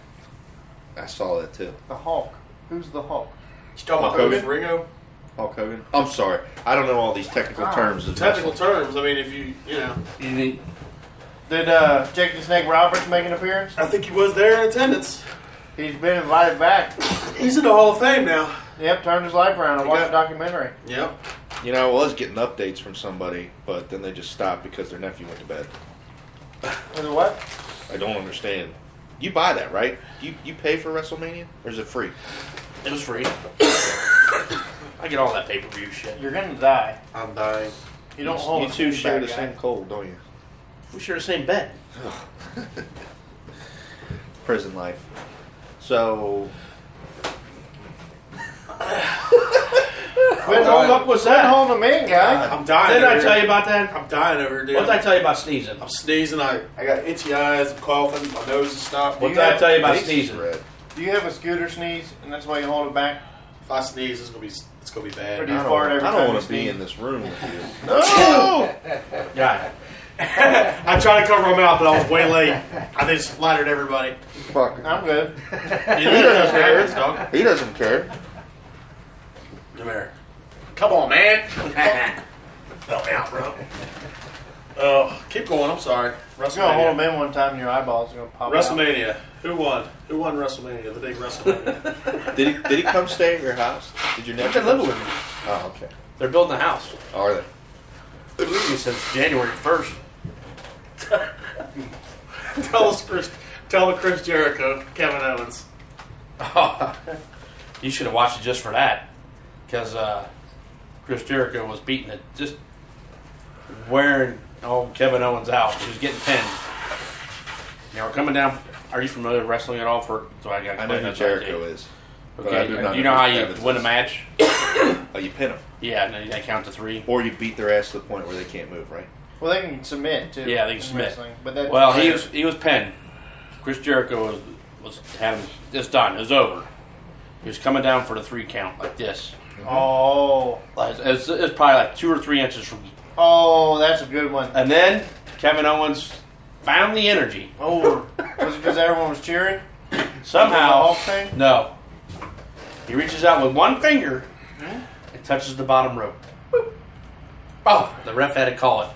[SPEAKER 4] I saw that too.
[SPEAKER 2] The Hulk. Who's the Hulk?
[SPEAKER 3] You talking about
[SPEAKER 4] Hulk
[SPEAKER 3] Hogan? Ringo?
[SPEAKER 4] Hulk Hogan. I'm sorry. I don't know all these technical
[SPEAKER 2] Ah,
[SPEAKER 4] terms. Of
[SPEAKER 3] Technical
[SPEAKER 4] technical.
[SPEAKER 3] terms. I mean, if you you know,
[SPEAKER 1] You need-
[SPEAKER 2] Did uh, Jake the Snake Roberts make an appearance?
[SPEAKER 3] I think he was there in attendance.
[SPEAKER 2] He's been invited back.
[SPEAKER 3] He's in the Hall of Fame now.
[SPEAKER 2] Yep, turned his life around. I watched a documentary.
[SPEAKER 3] Yep.
[SPEAKER 4] You know, I was getting updates from somebody, but then they just stopped because their nephew went to bed.
[SPEAKER 2] Was it what?
[SPEAKER 4] I don't understand. You buy that, right? You you pay for WrestleMania, or is it free?
[SPEAKER 1] It was free. I get all that pay per view shit.
[SPEAKER 2] You're gonna die.
[SPEAKER 3] I'm dying.
[SPEAKER 2] You don't hold.
[SPEAKER 4] You
[SPEAKER 2] a
[SPEAKER 4] two
[SPEAKER 2] food
[SPEAKER 4] share the
[SPEAKER 2] back, guy.
[SPEAKER 4] same cold, don't you?
[SPEAKER 1] We share the same bed.
[SPEAKER 4] Prison life. So
[SPEAKER 2] Quit holding up.
[SPEAKER 1] was
[SPEAKER 2] Quit holding them in, guy.
[SPEAKER 3] I'm dying.
[SPEAKER 1] Didn't
[SPEAKER 3] over
[SPEAKER 1] I
[SPEAKER 3] here.
[SPEAKER 1] tell you about that?
[SPEAKER 3] I'm dying over here, dude.
[SPEAKER 1] What did I tell you about sneezing?
[SPEAKER 3] I'm sneezing. I, I got itchy eyes. I'm coughing. My nose is stopped.
[SPEAKER 1] What did I tell you about sneezing?
[SPEAKER 4] red.
[SPEAKER 2] Do you have a scooter sneeze, and that's why you hold it back?
[SPEAKER 3] If I sneeze, it's gonna be it's gonna be
[SPEAKER 4] I
[SPEAKER 3] bad.
[SPEAKER 2] Pretty- You
[SPEAKER 4] don't,
[SPEAKER 2] fart every
[SPEAKER 4] I
[SPEAKER 2] time
[SPEAKER 4] don't want
[SPEAKER 2] you
[SPEAKER 4] to be
[SPEAKER 2] sneeze.
[SPEAKER 4] in this room with you.
[SPEAKER 2] No.
[SPEAKER 1] Yeah.
[SPEAKER 3] I tried to cover my mouth, but I was way late. I just splattered everybody.
[SPEAKER 4] Fuck.
[SPEAKER 2] I'm good.
[SPEAKER 3] You know what happens, dog.
[SPEAKER 4] He doesn't care.
[SPEAKER 3] Come here. Come on, man. Help me out, bro. Oh, keep going. I'm sorry.
[SPEAKER 2] You're gonna hold
[SPEAKER 3] WrestleMania.
[SPEAKER 2] them in one time, and your eyeballs are gonna pop out.
[SPEAKER 3] WrestleMania. Who won? Who won WrestleMania? The big WrestleMania.
[SPEAKER 4] Did he, did he come stay at your house? Did your nephew
[SPEAKER 1] been living with
[SPEAKER 4] come stay?
[SPEAKER 1] me.
[SPEAKER 4] Oh, okay.
[SPEAKER 1] They're building a house.
[SPEAKER 4] Are they?
[SPEAKER 1] They've been with me since January first.
[SPEAKER 3] tell us, Chris. Tell Chris Jericho, Kevin Owens.
[SPEAKER 1] you should have watched it just for that, because uh, Chris Jericho was beating it, just wearing oh Kevin Owens out. He was getting pinned. Now we're coming down. Are you familiar with wrestling at all? For so I got
[SPEAKER 4] I know who Jericho is. but I
[SPEAKER 1] Okay,
[SPEAKER 4] do not
[SPEAKER 1] do you know how you
[SPEAKER 4] Evans
[SPEAKER 1] win a
[SPEAKER 4] is.
[SPEAKER 1] match?
[SPEAKER 4] Oh, you pin them.
[SPEAKER 1] Yeah, no, you gotta count to three.
[SPEAKER 4] Or you beat their ass to the point where they can't move, right?
[SPEAKER 2] Well, they can submit too.
[SPEAKER 1] Yeah, they can
[SPEAKER 2] in
[SPEAKER 1] submit.
[SPEAKER 2] wrestling, But that
[SPEAKER 1] Well, he was he was pinned. Chris Jericho was, was had him. It's done. It was over. He was coming down for the three count like this.
[SPEAKER 2] Oh,
[SPEAKER 1] Like, It's, it's probably like two or three inches from.
[SPEAKER 2] oh, that's a good one.
[SPEAKER 1] And then Kevin Owens found the energy
[SPEAKER 2] Oh, was it because everyone was cheering?
[SPEAKER 1] somehow.
[SPEAKER 2] The Hulk thing?
[SPEAKER 1] No, he reaches out with one finger and touches the bottom rope. Boop. Oh, the ref had to call it.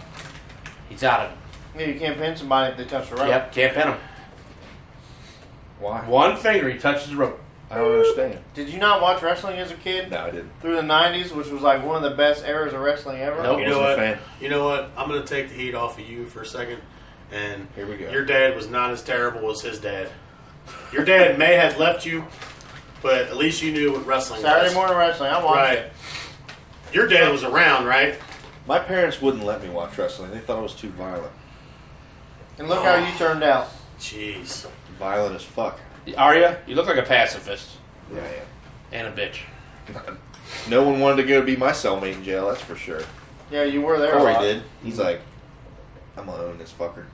[SPEAKER 1] He's out of.
[SPEAKER 2] Yeah, you can't pin somebody if they touch the rope.
[SPEAKER 1] Yep, can't pin him.
[SPEAKER 4] Why?
[SPEAKER 1] One finger, he touches the rope.
[SPEAKER 4] I don't understand.
[SPEAKER 2] Did you not watch wrestling as a kid?
[SPEAKER 4] No, I didn't.
[SPEAKER 2] Through the '90s, which was like one of the best eras of wrestling ever.
[SPEAKER 1] Nope.
[SPEAKER 3] You
[SPEAKER 4] Wasn't
[SPEAKER 3] know
[SPEAKER 4] a
[SPEAKER 3] what?
[SPEAKER 4] fan.
[SPEAKER 3] You know what? I'm gonna take the heat off of you for a second. And
[SPEAKER 4] Here we go.
[SPEAKER 3] Your dad was not as terrible as his dad. Your dad may have left you, but at least you knew what wrestling
[SPEAKER 2] Saturday
[SPEAKER 3] was.
[SPEAKER 2] morning wrestling. I watched it.
[SPEAKER 3] Right. Your dad was around, right?
[SPEAKER 4] My parents wouldn't let me watch wrestling. They thought it was too violent.
[SPEAKER 2] And look how you turned out.
[SPEAKER 3] Jeez.
[SPEAKER 4] Violent as fuck.
[SPEAKER 1] Arya, you look like a pacifist
[SPEAKER 4] Yeah, I am.
[SPEAKER 1] and a bitch.
[SPEAKER 4] No one wanted to go be my cellmate in jail, that's for sure.
[SPEAKER 2] Yeah, you were there. a
[SPEAKER 4] Corey
[SPEAKER 2] lot.
[SPEAKER 4] did. He's like, I'm gonna own this fucker.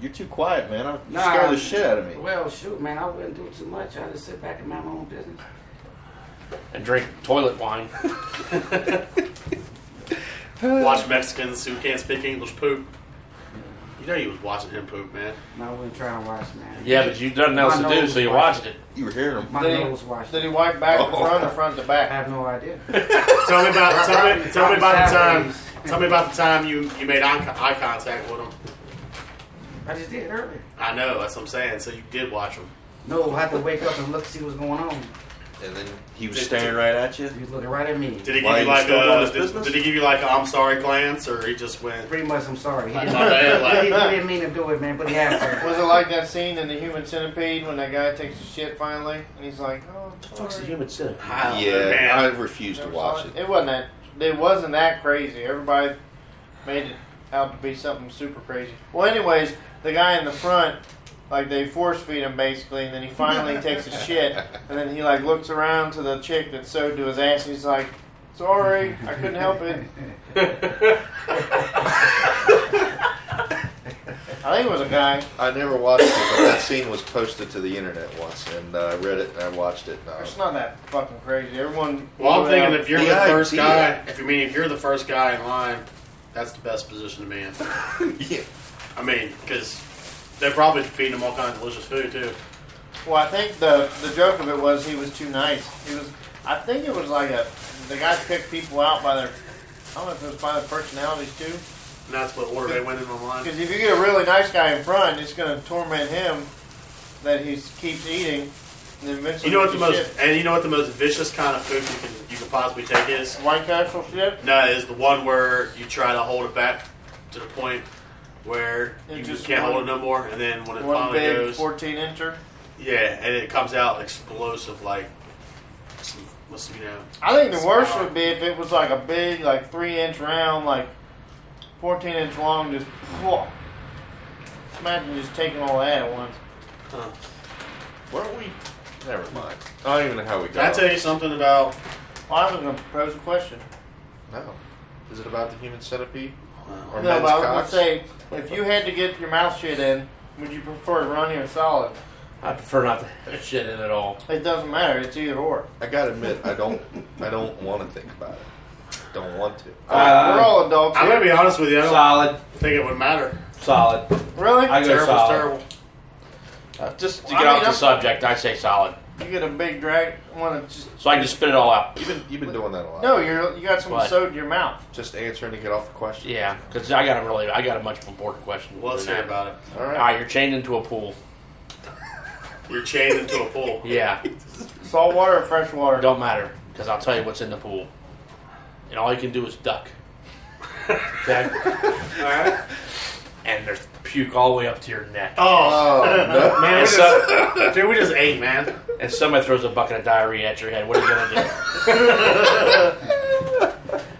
[SPEAKER 4] You're too quiet, man. I'm, you
[SPEAKER 5] Nah,
[SPEAKER 4] scare
[SPEAKER 5] I'm-
[SPEAKER 4] the shit out of me.
[SPEAKER 5] Well, shoot, man, I wouldn't do too much. I just sit back and mind my own business.
[SPEAKER 1] and drink toilet wine.
[SPEAKER 3] Watch Mexicans who can't speak English poop. You know you was watching him poop, man.
[SPEAKER 5] No, I wouldn't try to watch, man.
[SPEAKER 1] yeah, but you done else to do, so you watched it.
[SPEAKER 4] You were hearing him.
[SPEAKER 5] My
[SPEAKER 2] Did he-
[SPEAKER 5] nose washed.
[SPEAKER 2] Did he wipe back to
[SPEAKER 4] Oh.
[SPEAKER 2] front or front to
[SPEAKER 5] I
[SPEAKER 2] back?
[SPEAKER 5] have no idea.
[SPEAKER 3] Tell me about tell me, tell me about the time
[SPEAKER 5] Saturdays.
[SPEAKER 3] tell me about the time you, you made eye, con- eye contact with him.
[SPEAKER 5] I just did earlier.
[SPEAKER 3] I know, that's what I'm saying. So you did watch him.
[SPEAKER 5] No, I had to wake up and look see what's going on.
[SPEAKER 4] And then he was
[SPEAKER 3] Did-
[SPEAKER 4] staring right at you.
[SPEAKER 5] He was looking right at me.
[SPEAKER 3] Did he give
[SPEAKER 4] Why,
[SPEAKER 3] you
[SPEAKER 4] you
[SPEAKER 3] like
[SPEAKER 4] still doing
[SPEAKER 3] a
[SPEAKER 4] this
[SPEAKER 3] did,
[SPEAKER 4] business?
[SPEAKER 3] did he give you like a I'm sorry glance or he just went
[SPEAKER 5] Pretty much, I'm sorry. He
[SPEAKER 3] like,
[SPEAKER 5] didn't,
[SPEAKER 3] my bad,
[SPEAKER 5] he
[SPEAKER 3] like,
[SPEAKER 5] didn't- he didn't mean to do it, man, but he had to.
[SPEAKER 2] Was it like that scene in the Human Centipede when that guy takes a shit finally and he's like, "Oh, I'm sorry."
[SPEAKER 1] human sin?
[SPEAKER 3] I don't know,
[SPEAKER 4] yeah,
[SPEAKER 3] man.
[SPEAKER 4] I refused to
[SPEAKER 2] Never
[SPEAKER 4] watch
[SPEAKER 2] saw
[SPEAKER 4] it.
[SPEAKER 2] It wasn't that. It wasn't that crazy. Everybody made it out to be something super crazy. Well, anyways, the guy in the front, like they force feed him basically, and then he finally takes a shit, and then he like looks around to the chick that's sewed to his ass, and he's like, "Sorry, I couldn't help it." I think it was a guy.
[SPEAKER 4] I never watched it, but that scene was posted to the internet once, and uh, I read it and I watched it. And I
[SPEAKER 2] It's
[SPEAKER 4] was,
[SPEAKER 2] not that fucking crazy. Everyone.
[SPEAKER 3] Well, I'm thinking if you're the
[SPEAKER 4] Yeah,
[SPEAKER 3] first
[SPEAKER 4] yeah.
[SPEAKER 3] guy, if you mean if you're the first guy in line, that's the best position to be in.
[SPEAKER 4] yeah.
[SPEAKER 3] I mean, because they're probably feeding them all kinds of delicious food too.
[SPEAKER 2] Well, I think the the joke of it was he was too nice. He was. I think it was like a the guy picked people out by their. I don't know if it was by their personalities too.
[SPEAKER 3] And that's what order they went in online.
[SPEAKER 2] Because if you get a really nice guy in front, it's going to torment him that he keeps eating. And then eventually
[SPEAKER 3] You know what the
[SPEAKER 2] he
[SPEAKER 3] most
[SPEAKER 2] shit.
[SPEAKER 3] and you know what the most vicious kind of food you can you can possibly take is?
[SPEAKER 2] White Castle shit.
[SPEAKER 3] No, is the one where you try to hold it back to the point where
[SPEAKER 2] It
[SPEAKER 3] you
[SPEAKER 2] just
[SPEAKER 3] can't
[SPEAKER 2] one-
[SPEAKER 3] hold it no more, and then when it
[SPEAKER 2] One
[SPEAKER 3] finally
[SPEAKER 2] big
[SPEAKER 3] goes,
[SPEAKER 2] fourteen incher.
[SPEAKER 3] yeah, and it comes out explosive like, some, what's- you know,
[SPEAKER 2] I think the worst
[SPEAKER 3] Wow.
[SPEAKER 2] would be if it was like a big, like three inch round, like fourteen inch long. Just whoa. Just Imagine just taking all that at once.
[SPEAKER 3] huh.
[SPEAKER 4] Weren't we? Never mind. I don't even know how we
[SPEAKER 3] Can I
[SPEAKER 4] got.
[SPEAKER 3] tell you something about?
[SPEAKER 2] Well, I was going to pose a question.
[SPEAKER 4] No. Is it about the human centipede? Or
[SPEAKER 2] no,
[SPEAKER 4] men's
[SPEAKER 2] but I was going to
[SPEAKER 4] cocks?
[SPEAKER 2] say, if you had to get your mouth shit in, would you prefer runny or solid?
[SPEAKER 1] I prefer not to have shit in at all.
[SPEAKER 2] It doesn't matter. It's either or.
[SPEAKER 4] I gotta admit, I don't, I don't want to think about it. Don't want to.
[SPEAKER 1] Uh,
[SPEAKER 2] We're all adults.
[SPEAKER 3] I'm
[SPEAKER 2] here.
[SPEAKER 3] gonna be honest with you. I don't
[SPEAKER 1] Solid,
[SPEAKER 3] think it would matter.
[SPEAKER 1] solid.
[SPEAKER 2] Really?
[SPEAKER 1] I go
[SPEAKER 3] Terrible's
[SPEAKER 1] solid.
[SPEAKER 3] terrible.
[SPEAKER 1] Uh, just to
[SPEAKER 2] Well,
[SPEAKER 1] get
[SPEAKER 2] I
[SPEAKER 1] off
[SPEAKER 2] mean,
[SPEAKER 1] the
[SPEAKER 2] I'm-
[SPEAKER 1] subject, I say solid.
[SPEAKER 2] You get a big drag, want to just
[SPEAKER 1] So I can just spit it all out.
[SPEAKER 4] You've been you've been doing that a lot.
[SPEAKER 2] no. You're you got some
[SPEAKER 1] What?
[SPEAKER 2] soda in your mouth.
[SPEAKER 4] Just answering to get off the question.
[SPEAKER 1] Yeah, because I got a really, I got a much more important question.
[SPEAKER 9] Well, let's
[SPEAKER 1] than
[SPEAKER 9] hear
[SPEAKER 1] that.
[SPEAKER 9] about it.
[SPEAKER 4] All
[SPEAKER 1] All
[SPEAKER 4] right.
[SPEAKER 1] right, you're chained into a pool.
[SPEAKER 9] You're chained into a pool.
[SPEAKER 1] Yeah,
[SPEAKER 2] Salt water or fresh water?
[SPEAKER 1] don't matter because I'll tell you what's in the pool, and all you can do is duck. Okay,
[SPEAKER 9] All right.
[SPEAKER 1] and there's puke all the way up to your neck,
[SPEAKER 9] Oh,
[SPEAKER 4] Oh no.
[SPEAKER 9] man, we
[SPEAKER 1] And so-
[SPEAKER 9] just, dude, we just ate, man.
[SPEAKER 1] and somebody throws a bucket of diarrhea at your head. What are you gonna do?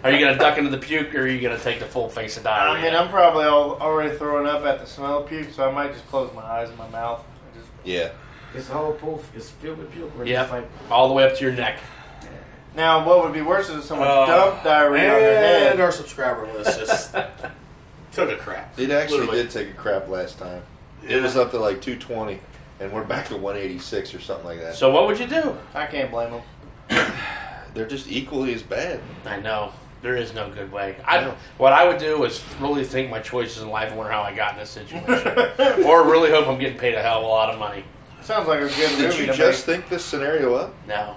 [SPEAKER 1] are you gonna duck into the puke, or are you gonna take the full face of
[SPEAKER 2] I
[SPEAKER 1] diarrhea?
[SPEAKER 2] mean, I'm probably all, already throwing up at the smell of puke, so I might just close my eyes and my mouth. I just-
[SPEAKER 4] Yeah.
[SPEAKER 5] This whole pool is filled with puke. Where it's
[SPEAKER 1] Yep.
[SPEAKER 5] like,
[SPEAKER 1] all the way up to your neck.
[SPEAKER 2] Now, what would be worse is if someone
[SPEAKER 1] Uh,
[SPEAKER 9] Oh,
[SPEAKER 2] dumped diarrhea on their
[SPEAKER 9] And
[SPEAKER 2] head.
[SPEAKER 9] our subscriber list just took a crap.
[SPEAKER 4] It actually
[SPEAKER 9] Literally.
[SPEAKER 4] did take a crap last time. It was up to like 220, and we're back to 186 or something like that.
[SPEAKER 1] So what would you do?
[SPEAKER 2] I can't blame them.
[SPEAKER 4] They're just equally as bad.
[SPEAKER 1] I know. There is no good way. I
[SPEAKER 4] No.
[SPEAKER 1] what I would do is really think my choices in life and wonder how I got in this situation, or really hope I'm getting paid a hell of a lot of money.
[SPEAKER 2] Sounds like a good
[SPEAKER 4] Did
[SPEAKER 2] movie
[SPEAKER 4] you
[SPEAKER 2] to
[SPEAKER 4] just think this scenario up?
[SPEAKER 1] No,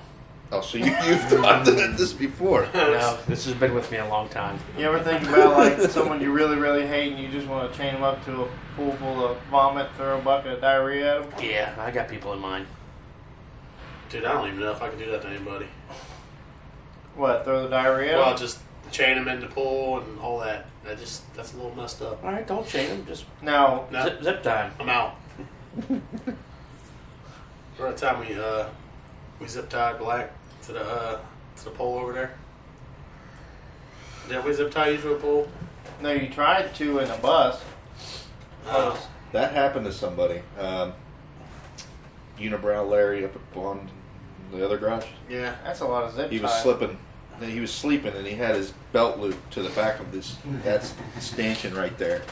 [SPEAKER 4] Oh, so you, you've thought this before.
[SPEAKER 1] no, this has been with me a long time.
[SPEAKER 2] make. You ever think about like someone you really, really hate, and you just want to chain them up to a pool full of vomit, throw a bucket of diarrhea at them?
[SPEAKER 1] Yeah, I got people in mind.
[SPEAKER 9] Dude, I don't even know if I can do that to anybody.
[SPEAKER 2] What? Throw the diarrhea?
[SPEAKER 9] Well,
[SPEAKER 2] at 'em?
[SPEAKER 9] just chain them in the pool and all that. I just that's a little messed up.
[SPEAKER 1] All right, don't chain them. Just
[SPEAKER 2] now,
[SPEAKER 9] No,
[SPEAKER 1] zip, zip time.
[SPEAKER 9] I'm out. Remember the time we uh we zip tied black to the uh to the pole over there? Did we zip tie you to a pole?
[SPEAKER 2] no, you tried to in a bus.
[SPEAKER 9] Uh,
[SPEAKER 4] That happened to somebody. Um, Unibrow Larry up at Bond, the other garage.
[SPEAKER 9] yeah.
[SPEAKER 2] That's a lot of zip
[SPEAKER 4] He was
[SPEAKER 2] ties.
[SPEAKER 4] slipping. no, He was sleeping, and he had his belt loop to the back of this
[SPEAKER 9] Hmm.
[SPEAKER 4] that stanchion right there.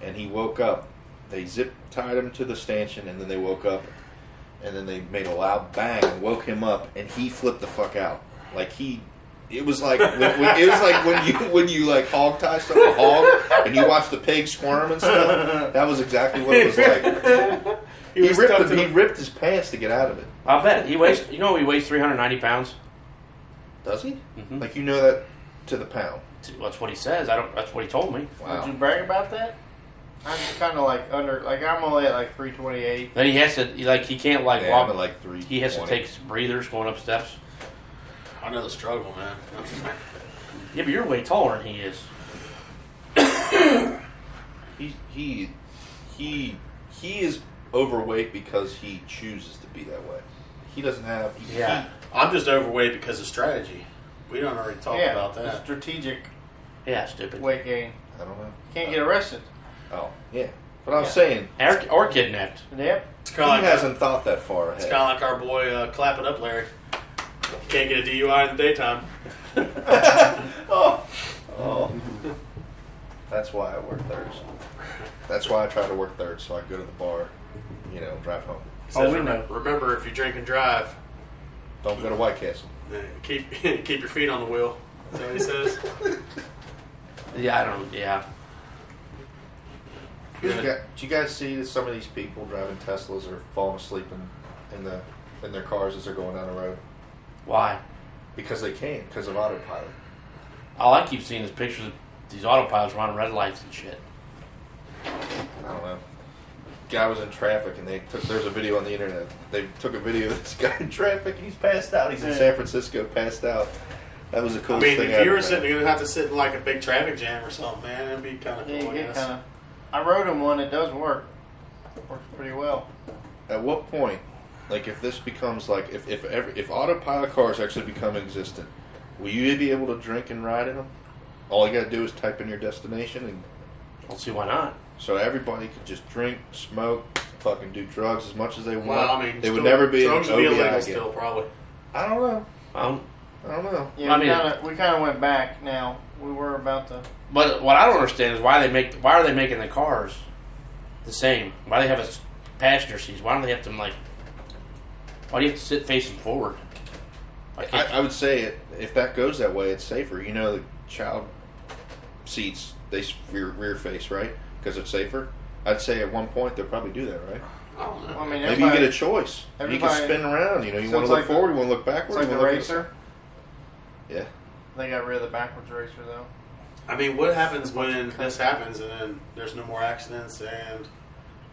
[SPEAKER 4] And he woke up. They zip tied him to the stanchion, and then they woke up, and then they made a loud bang and woke him up, and he flipped the fuck out. Like he, it was like when, when, it was like when you when you like hog tie stuff a hog, and you watch the pig squirm and stuff. That was exactly what it was like. He,
[SPEAKER 9] was
[SPEAKER 4] ripped
[SPEAKER 9] stuck
[SPEAKER 4] him-
[SPEAKER 9] to
[SPEAKER 4] he
[SPEAKER 9] the-
[SPEAKER 4] ripped his pants to get out of it.
[SPEAKER 1] I bet he weighs. You know he weighs 390 pounds.
[SPEAKER 4] Does he?
[SPEAKER 9] Mm-hmm.
[SPEAKER 1] Mhm.
[SPEAKER 4] Like you know that to the pound.
[SPEAKER 1] T- That's what he says. I don't. That's what he told me.
[SPEAKER 4] Wow.
[SPEAKER 2] Did you brag about that? I'm kind of like under, like I'm only at like 328.
[SPEAKER 1] Then he has to he, like he can't like
[SPEAKER 4] Yeah, I'm
[SPEAKER 1] walk.
[SPEAKER 4] at, like three.
[SPEAKER 1] he has to
[SPEAKER 4] twenty.
[SPEAKER 1] take breathers going up steps.
[SPEAKER 9] I know the struggle, man.
[SPEAKER 1] Yeah, but you're way taller than he is.
[SPEAKER 4] He he he he is overweight because he chooses to be that way. He doesn't have. he-
[SPEAKER 1] Yeah.
[SPEAKER 9] I'm just overweight because of strategy. We don't already talk
[SPEAKER 2] yeah,
[SPEAKER 9] about
[SPEAKER 2] the
[SPEAKER 9] that.
[SPEAKER 2] strategic
[SPEAKER 1] Yeah, stupid.
[SPEAKER 2] weight gain.
[SPEAKER 4] I don't know.
[SPEAKER 2] Can't get arrested.
[SPEAKER 4] Oh yeah, but I'm
[SPEAKER 2] Yeah.
[SPEAKER 4] saying
[SPEAKER 1] Or, or kidnapped.
[SPEAKER 2] Yep.
[SPEAKER 9] It's
[SPEAKER 4] he
[SPEAKER 9] kind of like
[SPEAKER 4] hasn't thought that far
[SPEAKER 9] It's kind
[SPEAKER 4] ahead.
[SPEAKER 9] of like our boy uh, clapping up Larry. Can't get a DUI in the daytime.
[SPEAKER 4] oh, oh. That's why I work thirds. That's why I try to work thirds so I go to the bar, you know, drive home.
[SPEAKER 9] He
[SPEAKER 2] Oh,
[SPEAKER 9] says,
[SPEAKER 2] we
[SPEAKER 9] "Remem-
[SPEAKER 2] know.
[SPEAKER 9] Remember, if you drink and drive,
[SPEAKER 4] Don't go to White Castle.
[SPEAKER 9] uh, keep keep your feet on the wheel. That's what he says.
[SPEAKER 1] Yeah, I don't. Yeah.
[SPEAKER 4] Did
[SPEAKER 9] Yeah.
[SPEAKER 4] you, guys, did you guys see that some of these people driving Teslas are falling asleep in, in the in their cars as they're going down the road
[SPEAKER 1] Why?
[SPEAKER 4] because they can because of autopilot.
[SPEAKER 1] All I keep seeing is pictures of these autopilots running red lights and shit.
[SPEAKER 4] I don't know. Guy was in traffic and they took. There's a video on the internet. They took a video of this guy in traffic. He's passed out. He's in San Francisco, passed out. That was the
[SPEAKER 9] I
[SPEAKER 4] coolest
[SPEAKER 9] mean, if
[SPEAKER 4] thing.
[SPEAKER 9] you
[SPEAKER 4] ever,
[SPEAKER 9] were
[SPEAKER 4] man.
[SPEAKER 9] sitting, you'd have to sit in like a big traffic jam or something, man. It'd be
[SPEAKER 3] Oh,
[SPEAKER 9] kind of
[SPEAKER 2] Yeah,
[SPEAKER 9] cool.
[SPEAKER 2] you
[SPEAKER 9] I
[SPEAKER 2] get
[SPEAKER 9] guess.
[SPEAKER 2] kind of. I rode him one. It does work. Works pretty well.
[SPEAKER 4] at what point, like if this becomes like if if every, if autopilot cars actually become existent, will you be able to drink and ride in them? All you got to do is type in your destination, and
[SPEAKER 1] Don't see why not.
[SPEAKER 4] so everybody could just drink, smoke, fucking do drugs as much as they want.
[SPEAKER 9] well, I mean,
[SPEAKER 4] they would
[SPEAKER 9] still-
[SPEAKER 4] never be an
[SPEAKER 9] drugs would be
[SPEAKER 4] OBI
[SPEAKER 9] illegal
[SPEAKER 4] again.
[SPEAKER 9] still, probably.
[SPEAKER 4] I don't know.
[SPEAKER 1] Um,
[SPEAKER 4] I don't know.
[SPEAKER 2] Yeah,
[SPEAKER 1] I
[SPEAKER 2] we
[SPEAKER 1] mean-
[SPEAKER 2] kind of we kind of went back. Now we were about to.
[SPEAKER 1] but what I don't understand is why they make why are they making the cars the same? Why they have a s- passenger seats? Why don't they have to like? Why do you have to sit facing forward? Like,
[SPEAKER 4] I, I would say it, if that goes that way, it's safer. You know, the child seats they s- rear, rear face, right? Because it's safer. I'd say at one point they'll probably do that, right?
[SPEAKER 3] I don't know.
[SPEAKER 2] Well, I mean,
[SPEAKER 4] Maybe you get a
[SPEAKER 2] everybody-
[SPEAKER 4] choice. You can
[SPEAKER 2] everybody-
[SPEAKER 4] spin around. You know, you
[SPEAKER 2] so
[SPEAKER 4] want
[SPEAKER 2] it's
[SPEAKER 4] to look
[SPEAKER 2] like the-
[SPEAKER 4] forward, you want to
[SPEAKER 2] It's
[SPEAKER 4] look backwards.
[SPEAKER 2] like
[SPEAKER 4] you
[SPEAKER 2] the
[SPEAKER 4] wanna look
[SPEAKER 2] racer.
[SPEAKER 4] Yeah.
[SPEAKER 2] They got rid of the backwards racer though.
[SPEAKER 3] I mean, what happens when this happens and then there's no more accidents and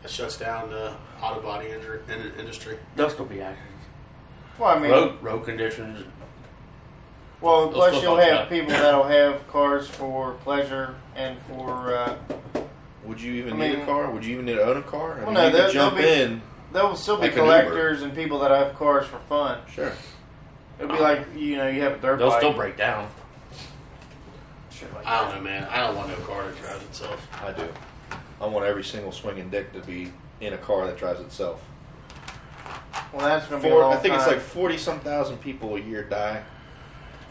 [SPEAKER 3] it shuts down the auto body injur- in- industry?
[SPEAKER 1] There'll still be accidents.
[SPEAKER 2] Well, I mean,
[SPEAKER 1] Road road conditions.
[SPEAKER 2] well,
[SPEAKER 1] Those
[SPEAKER 2] plus you'll
[SPEAKER 1] football
[SPEAKER 2] have
[SPEAKER 1] club.
[SPEAKER 2] people that'll have cars for pleasure and for uh,
[SPEAKER 4] at- Would you even
[SPEAKER 2] I
[SPEAKER 4] need
[SPEAKER 2] mean-
[SPEAKER 4] a car? Would you even need to own a car? I
[SPEAKER 2] Well,
[SPEAKER 4] mean,
[SPEAKER 2] no,
[SPEAKER 4] you
[SPEAKER 2] they'll-
[SPEAKER 4] could jump
[SPEAKER 2] they'll be-
[SPEAKER 4] in.
[SPEAKER 2] there will still be
[SPEAKER 4] Like an Uber.
[SPEAKER 2] collectors and people that have cars for fun.
[SPEAKER 4] Sure.
[SPEAKER 2] It'll be like you know you have a dirt
[SPEAKER 1] They'll
[SPEAKER 2] bike.
[SPEAKER 1] still break down.
[SPEAKER 2] Shit like
[SPEAKER 3] I don't know, man. I don't want no car that drives itself.
[SPEAKER 4] I do. I want every single swinging dick to be in a car that drives itself.
[SPEAKER 2] that. Well, that's gonna be a
[SPEAKER 4] Four,
[SPEAKER 2] long
[SPEAKER 4] I think it's
[SPEAKER 2] time.
[SPEAKER 4] like forty some thousand people a year die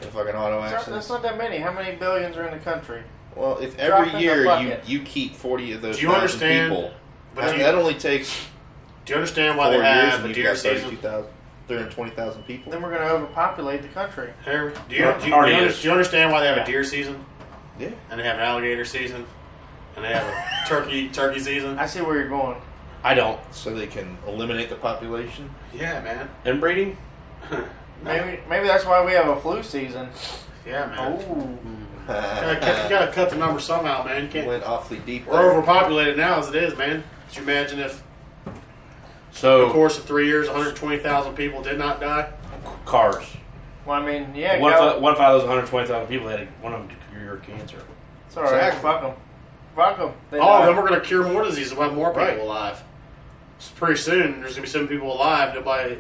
[SPEAKER 4] in fucking auto
[SPEAKER 2] That's-
[SPEAKER 4] accidents.
[SPEAKER 2] That's not that many. How many billions are in the country?
[SPEAKER 4] Well, if
[SPEAKER 2] Drop in
[SPEAKER 4] every
[SPEAKER 2] the
[SPEAKER 4] year you,
[SPEAKER 2] bucket.
[SPEAKER 4] you keep forty of those
[SPEAKER 3] Do you
[SPEAKER 4] thousand
[SPEAKER 3] understand?
[SPEAKER 4] people,
[SPEAKER 3] But
[SPEAKER 4] that,
[SPEAKER 3] do, you,
[SPEAKER 4] that only takes
[SPEAKER 3] do you understand
[SPEAKER 4] four
[SPEAKER 3] why they
[SPEAKER 4] years,
[SPEAKER 3] have a
[SPEAKER 4] and you've
[SPEAKER 3] deer
[SPEAKER 4] got
[SPEAKER 3] season?
[SPEAKER 4] 32,000 320,000 people.
[SPEAKER 2] Then we're gonna overpopulate the country.
[SPEAKER 3] Harry, Do you,
[SPEAKER 1] Yeah,
[SPEAKER 3] do, you,
[SPEAKER 1] already
[SPEAKER 3] do you-
[SPEAKER 1] is.
[SPEAKER 3] do you understand why they have
[SPEAKER 2] Yeah.
[SPEAKER 3] a deer season
[SPEAKER 4] Yeah,
[SPEAKER 3] and they have an alligator season and they have a turkey turkey season?
[SPEAKER 2] I see where you're going.
[SPEAKER 1] I don't.
[SPEAKER 4] so they can eliminate the population.
[SPEAKER 3] Yeah, man.
[SPEAKER 1] Inbreeding?
[SPEAKER 2] Maybe maybe that's why we have a flu season.
[SPEAKER 3] Yeah, man.
[SPEAKER 2] Oh,
[SPEAKER 3] Gotta cut- You gotta cut the number somehow, man. You can't.
[SPEAKER 4] went awfully deep.
[SPEAKER 3] We're
[SPEAKER 4] There.
[SPEAKER 3] overpopulated now as it is, man. Could you imagine if in the
[SPEAKER 1] So
[SPEAKER 3] course of three years, 120,000 people did not die?
[SPEAKER 1] cars.
[SPEAKER 2] well, I mean, yeah,
[SPEAKER 1] what, if,
[SPEAKER 2] go.
[SPEAKER 1] I- what if out of those 120,000 people had a, one of them cure cancer?
[SPEAKER 2] It's all right.
[SPEAKER 4] Exactly. Oh,
[SPEAKER 2] Fuck 'em. Fuck 'em. They
[SPEAKER 3] All of
[SPEAKER 2] die.
[SPEAKER 3] them are going to cure more diseases. We'll have more people
[SPEAKER 4] Right.
[SPEAKER 3] alive. It's pretty soon, there's going to be some people alive. Nobody.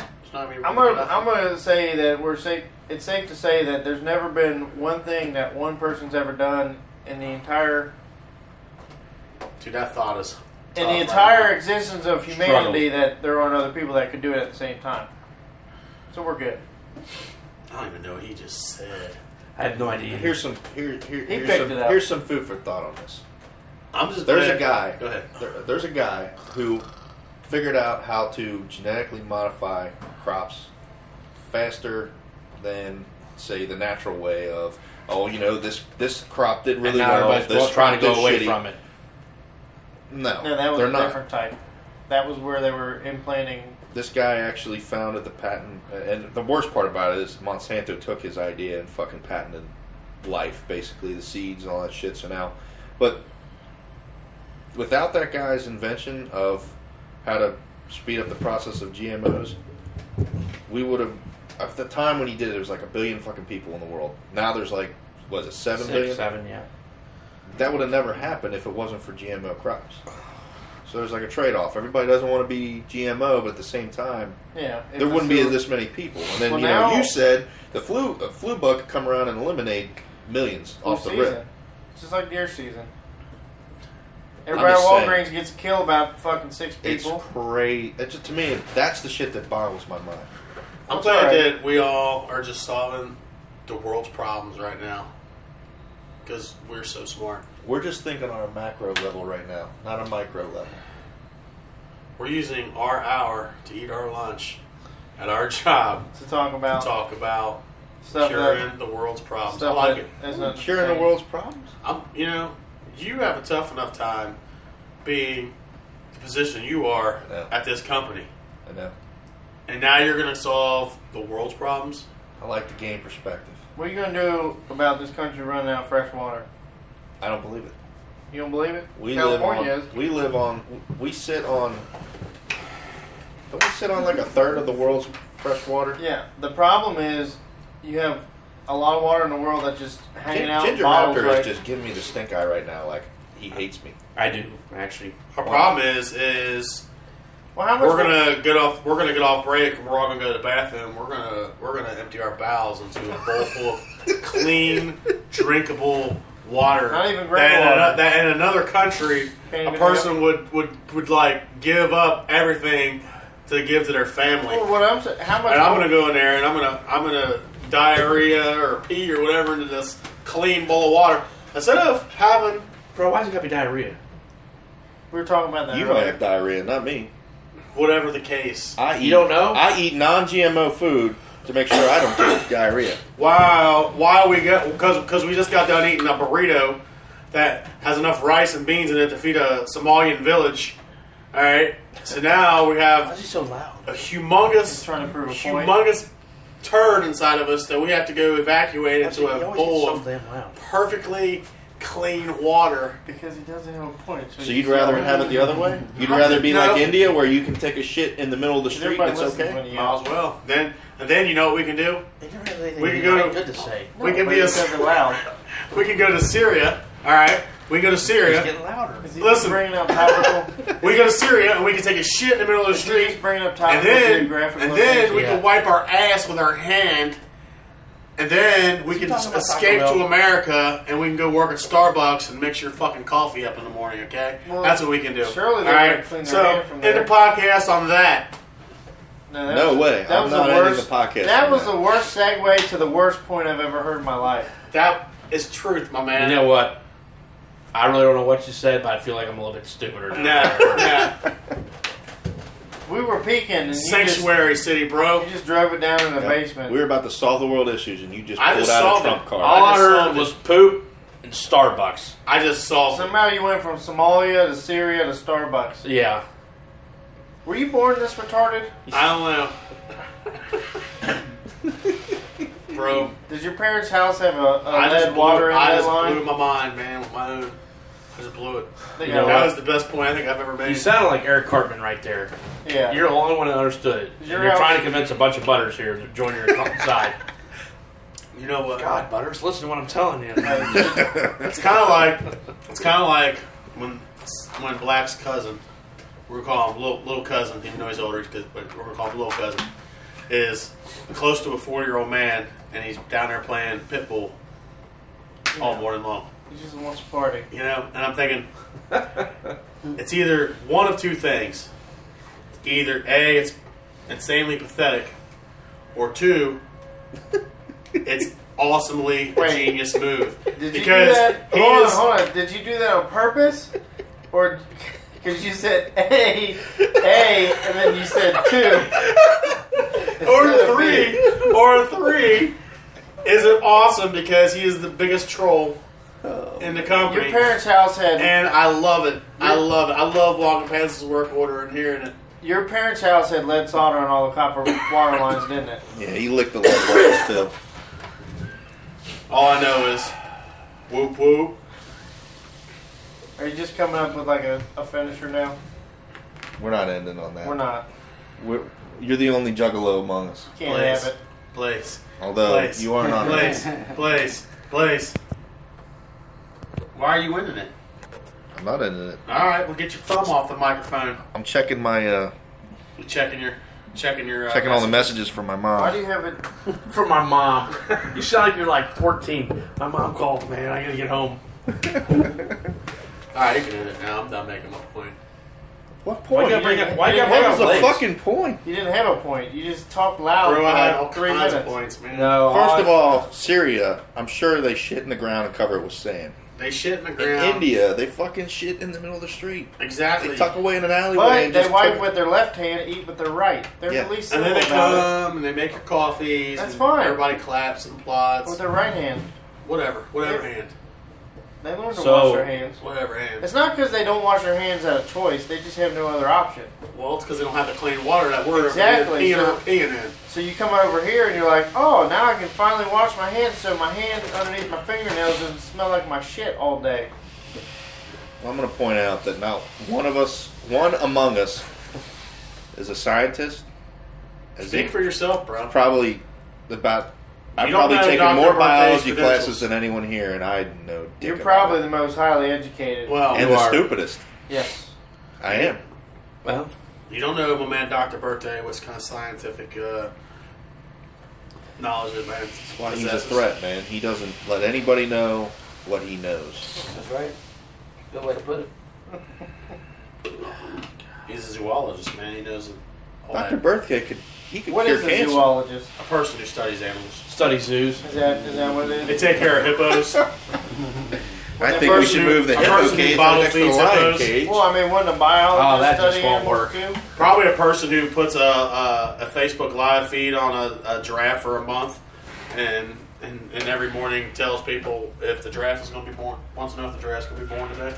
[SPEAKER 3] It's not going to be.
[SPEAKER 2] I'm gonna I'm gonna say that we're safe. It's safe to say that there's never been one thing that one person's ever done in the entire
[SPEAKER 3] Dude, that thought is.
[SPEAKER 2] in
[SPEAKER 3] tough
[SPEAKER 2] the
[SPEAKER 4] Oh,
[SPEAKER 3] right
[SPEAKER 2] entire
[SPEAKER 3] now.
[SPEAKER 2] existence of humanity that there aren't other people that could do it at the same time. So we're good.
[SPEAKER 3] I don't even know what he just said.
[SPEAKER 1] I have no idea.
[SPEAKER 4] Here's some here, here
[SPEAKER 2] He
[SPEAKER 4] here's
[SPEAKER 2] picked
[SPEAKER 4] some
[SPEAKER 2] it up.
[SPEAKER 4] here's some food for thought on this.
[SPEAKER 3] I'm just.
[SPEAKER 4] There's
[SPEAKER 3] glad-
[SPEAKER 4] a guy.
[SPEAKER 3] Go ahead.
[SPEAKER 4] There, there's a guy who figured out how to genetically modify crops faster than, say, the natural way of. Oh, you know this this crop did really
[SPEAKER 1] and now
[SPEAKER 4] well.
[SPEAKER 1] everybody's
[SPEAKER 4] This
[SPEAKER 1] well, trying to
[SPEAKER 4] crop
[SPEAKER 1] go
[SPEAKER 4] did
[SPEAKER 1] away
[SPEAKER 4] shitty.
[SPEAKER 1] from it.
[SPEAKER 4] No,
[SPEAKER 2] No, that was
[SPEAKER 4] they're
[SPEAKER 2] a
[SPEAKER 4] not.
[SPEAKER 2] different type. That was where they were implanting.
[SPEAKER 4] This guy actually founded the patent, and the worst part about it is Monsanto took his idea and fucking patented life, basically the seeds and all that shit. So now, but without that guy's invention of how to speed up the process of GMOs, we would have. At the time when he did it, there was like a billion fucking people in the world. Now there's like, was it seven
[SPEAKER 1] Six,
[SPEAKER 4] billion?
[SPEAKER 1] seven, yeah.
[SPEAKER 4] That would have never happened if it wasn't for GMO crops. So there's like a trade-off. Everybody doesn't want to be GMO, but at the same time,
[SPEAKER 2] Yeah, it's
[SPEAKER 4] there
[SPEAKER 2] a
[SPEAKER 4] wouldn't be
[SPEAKER 2] sewer-
[SPEAKER 4] this many people. And then
[SPEAKER 2] Well,
[SPEAKER 4] you know,
[SPEAKER 2] now-
[SPEAKER 4] you said the flu uh, flu bug could come around and eliminate millions
[SPEAKER 2] flu
[SPEAKER 4] off the
[SPEAKER 2] season.
[SPEAKER 4] rip.
[SPEAKER 2] It's just like deer season. Everybody at
[SPEAKER 4] just
[SPEAKER 2] Walgreens
[SPEAKER 4] saying.
[SPEAKER 2] gets killed about fucking six
[SPEAKER 4] It's
[SPEAKER 2] people.
[SPEAKER 4] crazy. Just, to me, that's the shit that boggles my mind.
[SPEAKER 3] I'm
[SPEAKER 2] It's
[SPEAKER 3] glad
[SPEAKER 2] all right.
[SPEAKER 3] that we all are just solving the world's problems right now because we're so smart.
[SPEAKER 4] We're just thinking on a macro level right now, not a micro level.
[SPEAKER 3] We're using our hour to eat our lunch at our job
[SPEAKER 2] to talk
[SPEAKER 3] to
[SPEAKER 2] about
[SPEAKER 3] talk about
[SPEAKER 2] stuff
[SPEAKER 3] curing
[SPEAKER 2] that
[SPEAKER 3] the world's problems. I
[SPEAKER 2] stuff
[SPEAKER 3] like
[SPEAKER 2] that
[SPEAKER 3] it.
[SPEAKER 2] is not
[SPEAKER 4] Curing the
[SPEAKER 2] thing.
[SPEAKER 4] world's problems.
[SPEAKER 3] I'm, you know, you have a tough enough time being the position you are
[SPEAKER 4] Yeah.
[SPEAKER 3] at this company,
[SPEAKER 4] I know.
[SPEAKER 3] and now you're going to solve the world's problems.
[SPEAKER 4] I like the game perspective.
[SPEAKER 2] What are you gonna do about this country running out of fresh water?
[SPEAKER 4] I don't believe it.
[SPEAKER 2] You don't believe it?
[SPEAKER 4] We
[SPEAKER 2] California
[SPEAKER 4] live on. We live on. We sit on. Don't we sit on like a third of the world's fresh water?
[SPEAKER 2] is. Yeah. The problem is you have a lot of water in the world that's just hanging
[SPEAKER 4] Gin-
[SPEAKER 2] out. in
[SPEAKER 4] Ginger
[SPEAKER 2] bottles,
[SPEAKER 4] Raptor
[SPEAKER 2] right?
[SPEAKER 4] is just giving me the stink eye right now. Like he hates me.
[SPEAKER 1] I do, actually.
[SPEAKER 3] Our
[SPEAKER 4] Wow.
[SPEAKER 3] problem is, is
[SPEAKER 2] Well, how much?
[SPEAKER 3] we're gonna get off. We're gonna get off break, and we're all gonna go to the bathroom. We're gonna we're gonna empty our bowels into a bowl full of clean, drinkable water.
[SPEAKER 2] Not even
[SPEAKER 3] that, in
[SPEAKER 2] groundwater.
[SPEAKER 3] ano- that in another country,
[SPEAKER 2] Can't
[SPEAKER 3] a
[SPEAKER 2] even
[SPEAKER 3] person would, would would like give up everything to give to their family.
[SPEAKER 2] Well, what I'm saying, how much?
[SPEAKER 3] And I'm gonna go in there and I'm gonna I'm gonna diarrhea or pee or whatever into this clean bowl of water instead of having.
[SPEAKER 1] Bro, why's it gotta be diarrhea?
[SPEAKER 2] We were talking about that.
[SPEAKER 4] You might
[SPEAKER 2] earlier.
[SPEAKER 4] have diarrhea, not me.
[SPEAKER 3] Whatever the case,
[SPEAKER 4] I eat,
[SPEAKER 1] You don't know?
[SPEAKER 4] I eat non-GMO food to make sure I don't get diarrhea.
[SPEAKER 3] why why we got because because we just got done eating a burrito that has enough rice and beans in it to feed a Somalian village, All right. So now we
[SPEAKER 10] Why
[SPEAKER 3] have
[SPEAKER 10] is he so loud?
[SPEAKER 3] a
[SPEAKER 2] He's
[SPEAKER 3] humongous,
[SPEAKER 2] trying to prove a point.
[SPEAKER 3] humongous turd inside of us that we have to go evacuate
[SPEAKER 10] Why is he
[SPEAKER 3] into
[SPEAKER 10] he
[SPEAKER 3] a
[SPEAKER 10] always
[SPEAKER 3] bowl
[SPEAKER 10] gets so
[SPEAKER 3] of
[SPEAKER 10] damn loud?
[SPEAKER 3] perfectly clean water.
[SPEAKER 2] Because he doesn't have a point.
[SPEAKER 4] So you'd rather have it the other way? You'd rather be
[SPEAKER 3] No.
[SPEAKER 4] like India, where you can take a shit in the middle of the street and
[SPEAKER 2] Everybody
[SPEAKER 4] it's
[SPEAKER 2] listens
[SPEAKER 4] okay.
[SPEAKER 2] when you
[SPEAKER 3] Might as well. Then, and then you know what we can do?
[SPEAKER 10] They never have anything
[SPEAKER 3] We could
[SPEAKER 10] really
[SPEAKER 3] go-
[SPEAKER 10] good to say.
[SPEAKER 3] we can be a.
[SPEAKER 2] Because they're loud.
[SPEAKER 3] We can go to Syria. All right. We can go to
[SPEAKER 10] It's
[SPEAKER 3] Syria.
[SPEAKER 10] getting louder.
[SPEAKER 2] Is he
[SPEAKER 3] Listen.
[SPEAKER 2] bringing up topical?
[SPEAKER 3] We go to Syria and we can take a shit in the middle of the
[SPEAKER 2] Is he
[SPEAKER 3] street.
[SPEAKER 2] just bringing up
[SPEAKER 3] And
[SPEAKER 2] topical
[SPEAKER 3] then,
[SPEAKER 2] geographic
[SPEAKER 3] and then we
[SPEAKER 10] Yeah.
[SPEAKER 3] can wipe our ass with our hand. And then we can
[SPEAKER 10] talking about
[SPEAKER 3] escape
[SPEAKER 10] Taco
[SPEAKER 3] to
[SPEAKER 10] Bell?
[SPEAKER 3] America and we can go work at Starbucks and mix your fucking coffee up in the morning, okay?
[SPEAKER 2] Well,
[SPEAKER 3] That's what we can do.
[SPEAKER 2] surely they're gonna clean their
[SPEAKER 3] so,
[SPEAKER 2] hand from
[SPEAKER 3] end the
[SPEAKER 2] there.
[SPEAKER 3] podcast on that.
[SPEAKER 2] No,
[SPEAKER 4] No way. I'm not ending the podcast
[SPEAKER 2] That
[SPEAKER 4] on
[SPEAKER 2] was
[SPEAKER 4] that.
[SPEAKER 2] the worst segue to the worst point I've ever heard in my life.
[SPEAKER 3] That is truth, my man.
[SPEAKER 1] You know what? I really don't know what you said, but I feel like I'm a little bit stupider now.
[SPEAKER 3] Nah, nah.
[SPEAKER 2] We were peeking, and you just, you
[SPEAKER 3] Sanctuary City, bro.
[SPEAKER 2] just drove it down in the
[SPEAKER 4] Yep.
[SPEAKER 2] basement.
[SPEAKER 4] We were about to solve the world issues, and you just
[SPEAKER 3] I
[SPEAKER 4] pulled
[SPEAKER 3] just
[SPEAKER 4] out a
[SPEAKER 3] solved
[SPEAKER 4] trump
[SPEAKER 3] it.
[SPEAKER 4] card.
[SPEAKER 1] All I
[SPEAKER 3] just
[SPEAKER 1] heard
[SPEAKER 3] solved it.
[SPEAKER 1] was poop and Starbucks.
[SPEAKER 3] I just solved it.
[SPEAKER 2] Somehow you went from Somalia to Syria to Starbucks.
[SPEAKER 1] Yeah.
[SPEAKER 2] Were you born this retarded?
[SPEAKER 3] I don't know. Bro,
[SPEAKER 2] Did your parents' house have a, a
[SPEAKER 3] I just
[SPEAKER 2] lead
[SPEAKER 3] blew,
[SPEAKER 2] water in
[SPEAKER 3] I
[SPEAKER 2] that
[SPEAKER 3] just
[SPEAKER 2] line?
[SPEAKER 3] blew my mind, man, with my own. I just blew it.
[SPEAKER 2] They
[SPEAKER 1] You
[SPEAKER 2] got-
[SPEAKER 1] know
[SPEAKER 3] That
[SPEAKER 1] what?
[SPEAKER 3] was the best point I think I've ever made.
[SPEAKER 1] You sounded like Eric Cartman right there.
[SPEAKER 2] yeah.
[SPEAKER 1] You're the only one that understood it. And
[SPEAKER 2] You're
[SPEAKER 1] You're,
[SPEAKER 2] out.
[SPEAKER 1] trying to convince a bunch of butters here to join your side.
[SPEAKER 3] You know what?
[SPEAKER 1] God, butters, listen to what I'm telling you.
[SPEAKER 3] It's kind of like it's kind of like when when Black's cousin, we're calling him little, little cousin, even though he's older, he's good, but we're calling him little cousin, is close to a forty year old man, and he's down there playing pitbull all morning long.
[SPEAKER 2] he just wants to party.
[SPEAKER 3] You know, and I'm thinking it's either one of two things. Either A, it's insanely pathetic, or two, it's awesomely a
[SPEAKER 2] Wait.
[SPEAKER 3] genius move.
[SPEAKER 2] Did you
[SPEAKER 3] because
[SPEAKER 2] do that?
[SPEAKER 3] he
[SPEAKER 2] Hold on,
[SPEAKER 3] is-
[SPEAKER 2] hold on. Did you do that on purpose, or because you said a, a, and then you said two?
[SPEAKER 3] or
[SPEAKER 2] Instead of
[SPEAKER 3] three, or three, is it awesome because he is the biggest troll in the
[SPEAKER 2] Your
[SPEAKER 3] company,
[SPEAKER 2] parents' house had
[SPEAKER 3] and I love it. I love it. I love walking past his work order and hearing it.
[SPEAKER 2] your parents' house had lead solder on all the copper water lines, didn't it?
[SPEAKER 4] yeah, you licked the lead water still.
[SPEAKER 3] All I know is, whoop whoop.
[SPEAKER 2] Are you just coming up with like a, a finisher now?
[SPEAKER 4] We're not ending on that.
[SPEAKER 2] We're not.
[SPEAKER 4] We're, you're the only juggalo among us.
[SPEAKER 2] Can't
[SPEAKER 3] Please.
[SPEAKER 2] have it.
[SPEAKER 3] Place,
[SPEAKER 4] Although
[SPEAKER 3] Place.
[SPEAKER 4] you are not.
[SPEAKER 3] place, place, place. Why are you winning it?
[SPEAKER 4] I'm not ending it.
[SPEAKER 3] All right, well, get your thumb off the microphone.
[SPEAKER 4] I'm checking my uh,
[SPEAKER 3] You're checking your, checking your. Uh,
[SPEAKER 4] checking all the messages from my mom.
[SPEAKER 2] Why do you have it?
[SPEAKER 1] From my mom. You sound like you're like 14. My mom called, man. I gotta get home.
[SPEAKER 3] All right, you can end it now. I'm done making my point.
[SPEAKER 4] what
[SPEAKER 1] Why you
[SPEAKER 4] point?
[SPEAKER 1] gotta bring up? Why you gotta bring
[SPEAKER 4] What was
[SPEAKER 1] up
[SPEAKER 4] the
[SPEAKER 1] legs?
[SPEAKER 4] fucking point?
[SPEAKER 2] You didn't have a point. You just talked loud
[SPEAKER 3] Bro,
[SPEAKER 2] for
[SPEAKER 3] I had all
[SPEAKER 2] like three
[SPEAKER 3] kinds of
[SPEAKER 2] minutes.
[SPEAKER 3] Oh, points, man.
[SPEAKER 1] No.
[SPEAKER 4] First of
[SPEAKER 1] I-
[SPEAKER 4] all, Syria. I'm sure they shit in the ground and cover it with sand.
[SPEAKER 3] They shit in the
[SPEAKER 4] In
[SPEAKER 3] ground.
[SPEAKER 4] India, they fucking shit in the middle of the street.
[SPEAKER 3] Exactly.
[SPEAKER 4] They tuck away in an alleyway
[SPEAKER 2] But
[SPEAKER 4] and
[SPEAKER 2] they
[SPEAKER 4] just
[SPEAKER 2] wipe
[SPEAKER 4] took-
[SPEAKER 2] with their left hand, eat with their right. They're
[SPEAKER 4] Yeah.
[SPEAKER 2] at least
[SPEAKER 3] and then
[SPEAKER 2] civil
[SPEAKER 3] they
[SPEAKER 2] about
[SPEAKER 3] come and they make your coffees.
[SPEAKER 2] That's
[SPEAKER 3] and
[SPEAKER 2] fine.
[SPEAKER 3] Everybody claps and
[SPEAKER 2] it. With
[SPEAKER 3] applauds.
[SPEAKER 2] their right hand,
[SPEAKER 3] Whatever. Whatever
[SPEAKER 2] Yeah.
[SPEAKER 3] hand.
[SPEAKER 2] they learn to
[SPEAKER 1] So-
[SPEAKER 2] wash their hands.
[SPEAKER 3] Whatever hand.
[SPEAKER 2] It's not because they don't wash their hands out of choice. They just have no other option.
[SPEAKER 3] Well, it's because they don't have the clean water that we're
[SPEAKER 2] Exactly,
[SPEAKER 3] peeing,
[SPEAKER 2] so-
[SPEAKER 3] peeing in.
[SPEAKER 2] So you come over here and you're like, oh, now I can finally wash my hands, so my hand underneath my fingernails doesn't smell like my shit all day.
[SPEAKER 4] Well, I'm going to point out that not one of us, one among us, is a scientist. As
[SPEAKER 3] Speak
[SPEAKER 4] in-
[SPEAKER 3] for yourself, bro.
[SPEAKER 4] probably about. I've
[SPEAKER 3] You don't
[SPEAKER 4] probably
[SPEAKER 3] know
[SPEAKER 4] taken
[SPEAKER 3] Dr.
[SPEAKER 4] more
[SPEAKER 3] Marte's
[SPEAKER 4] biology
[SPEAKER 3] credentials.
[SPEAKER 4] classes than anyone here, and I know. dick
[SPEAKER 2] You're
[SPEAKER 4] about
[SPEAKER 2] probably
[SPEAKER 4] it.
[SPEAKER 2] the most highly educated.
[SPEAKER 3] Well,
[SPEAKER 4] and
[SPEAKER 3] you
[SPEAKER 4] the
[SPEAKER 3] are.
[SPEAKER 4] stupidest.
[SPEAKER 2] yes.
[SPEAKER 4] I am.
[SPEAKER 1] Well,
[SPEAKER 3] You don't know, my man, Dr. Birthday, what kind of scientific uh, knowledge that man
[SPEAKER 4] That's why he's a
[SPEAKER 3] possesses.
[SPEAKER 4] threat, man. He doesn't let anybody know what he knows.
[SPEAKER 5] That's right. Good way to put it.
[SPEAKER 3] He's a zoologist, man. He knows all
[SPEAKER 4] Doctor
[SPEAKER 3] that.
[SPEAKER 4] Birthday could he could
[SPEAKER 2] What
[SPEAKER 4] cure
[SPEAKER 2] is a
[SPEAKER 4] cancer.
[SPEAKER 2] zoologist?
[SPEAKER 3] A person who studies animals.
[SPEAKER 1] study zoos.
[SPEAKER 2] Is that is that what it
[SPEAKER 3] They
[SPEAKER 2] is?
[SPEAKER 3] take care of hippos.
[SPEAKER 2] a
[SPEAKER 4] I think we
[SPEAKER 3] person
[SPEAKER 4] should
[SPEAKER 3] who-
[SPEAKER 4] move the
[SPEAKER 3] a
[SPEAKER 4] hippo
[SPEAKER 3] person who
[SPEAKER 4] cage
[SPEAKER 3] bottle
[SPEAKER 4] next to the
[SPEAKER 3] feeds
[SPEAKER 4] lion
[SPEAKER 3] hippos.
[SPEAKER 4] cage.
[SPEAKER 2] Well, I mean, wouldn't a biologist
[SPEAKER 1] Oh, that
[SPEAKER 2] study
[SPEAKER 1] just won't
[SPEAKER 2] animals
[SPEAKER 1] work.
[SPEAKER 2] too?
[SPEAKER 3] Probably a person who puts a, a, a Facebook live feed on a, a giraffe for a month, and, and and every morning tells people if the giraffe is going to be born. Wants to know if the giraffe's going to be born today.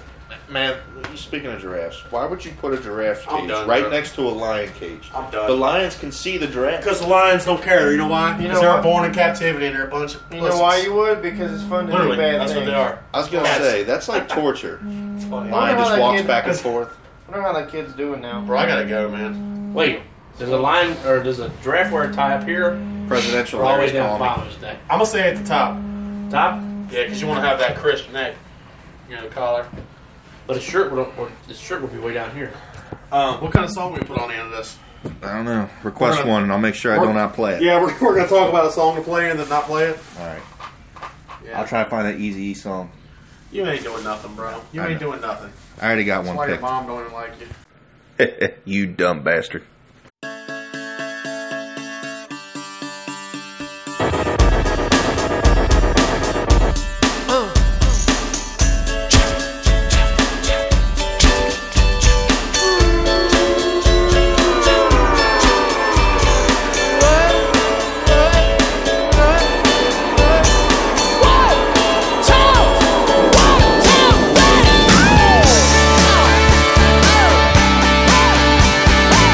[SPEAKER 4] man, speaking of giraffes, why would you put a giraffe
[SPEAKER 3] I'm
[SPEAKER 4] cage
[SPEAKER 3] done,
[SPEAKER 4] right
[SPEAKER 3] bro.
[SPEAKER 4] next to a lion cage?
[SPEAKER 3] I'm
[SPEAKER 4] The
[SPEAKER 3] done.
[SPEAKER 4] lions can see the giraffe.
[SPEAKER 3] Because the lions don't care. You know why?
[SPEAKER 2] You
[SPEAKER 3] Because
[SPEAKER 2] know
[SPEAKER 3] they're
[SPEAKER 2] why?
[SPEAKER 3] born in captivity and they're a bunch of.
[SPEAKER 2] You know
[SPEAKER 3] pussies.
[SPEAKER 2] why you would? Because it's fun to
[SPEAKER 3] Literally,
[SPEAKER 2] do bad
[SPEAKER 3] that's
[SPEAKER 2] things.
[SPEAKER 3] what they are.
[SPEAKER 4] I was gonna
[SPEAKER 3] Yes.
[SPEAKER 4] say that's like torture.
[SPEAKER 3] It's funny.
[SPEAKER 2] Why
[SPEAKER 4] Lion
[SPEAKER 2] not
[SPEAKER 4] just
[SPEAKER 2] like
[SPEAKER 4] walks
[SPEAKER 2] it-
[SPEAKER 4] back and forth.
[SPEAKER 2] I wonder how that kid's doing now.
[SPEAKER 3] Bro, I gotta go, man.
[SPEAKER 1] Wait, does a lion or does a giraffe wear a tie up here
[SPEAKER 4] Presidential
[SPEAKER 1] or all the way
[SPEAKER 4] Larry's
[SPEAKER 1] down the
[SPEAKER 4] calling
[SPEAKER 1] bottom
[SPEAKER 4] me.
[SPEAKER 1] of his neck?
[SPEAKER 3] I'm gonna stay at the top.
[SPEAKER 1] Top,
[SPEAKER 3] Yeah, because you want to have that crisp neck, you know, collar.
[SPEAKER 1] but his shirt would or his shirt would be way down here.
[SPEAKER 3] Um, what kind of song we put on the end of this?
[SPEAKER 4] I don't know. Request
[SPEAKER 3] We're gonna-
[SPEAKER 4] one, and I'll make sure I
[SPEAKER 3] we're-
[SPEAKER 4] do not play it.
[SPEAKER 3] Yeah, we're, we're gonna talk about a song to play and then not play it.
[SPEAKER 4] All right.
[SPEAKER 3] Yeah.
[SPEAKER 4] I'll try to find that Easy E song.
[SPEAKER 3] You ain't doing nothing, bro. You
[SPEAKER 4] I
[SPEAKER 3] ain't
[SPEAKER 4] know.
[SPEAKER 3] doing nothing.
[SPEAKER 4] I already got
[SPEAKER 3] That's
[SPEAKER 4] one
[SPEAKER 3] why your
[SPEAKER 4] picked.
[SPEAKER 3] mom don't even like you.
[SPEAKER 4] you dumb bastard.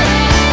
[SPEAKER 11] Hey!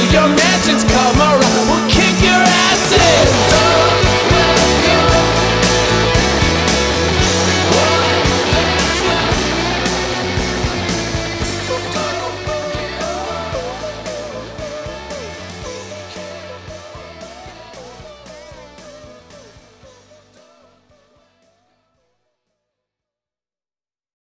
[SPEAKER 11] come around.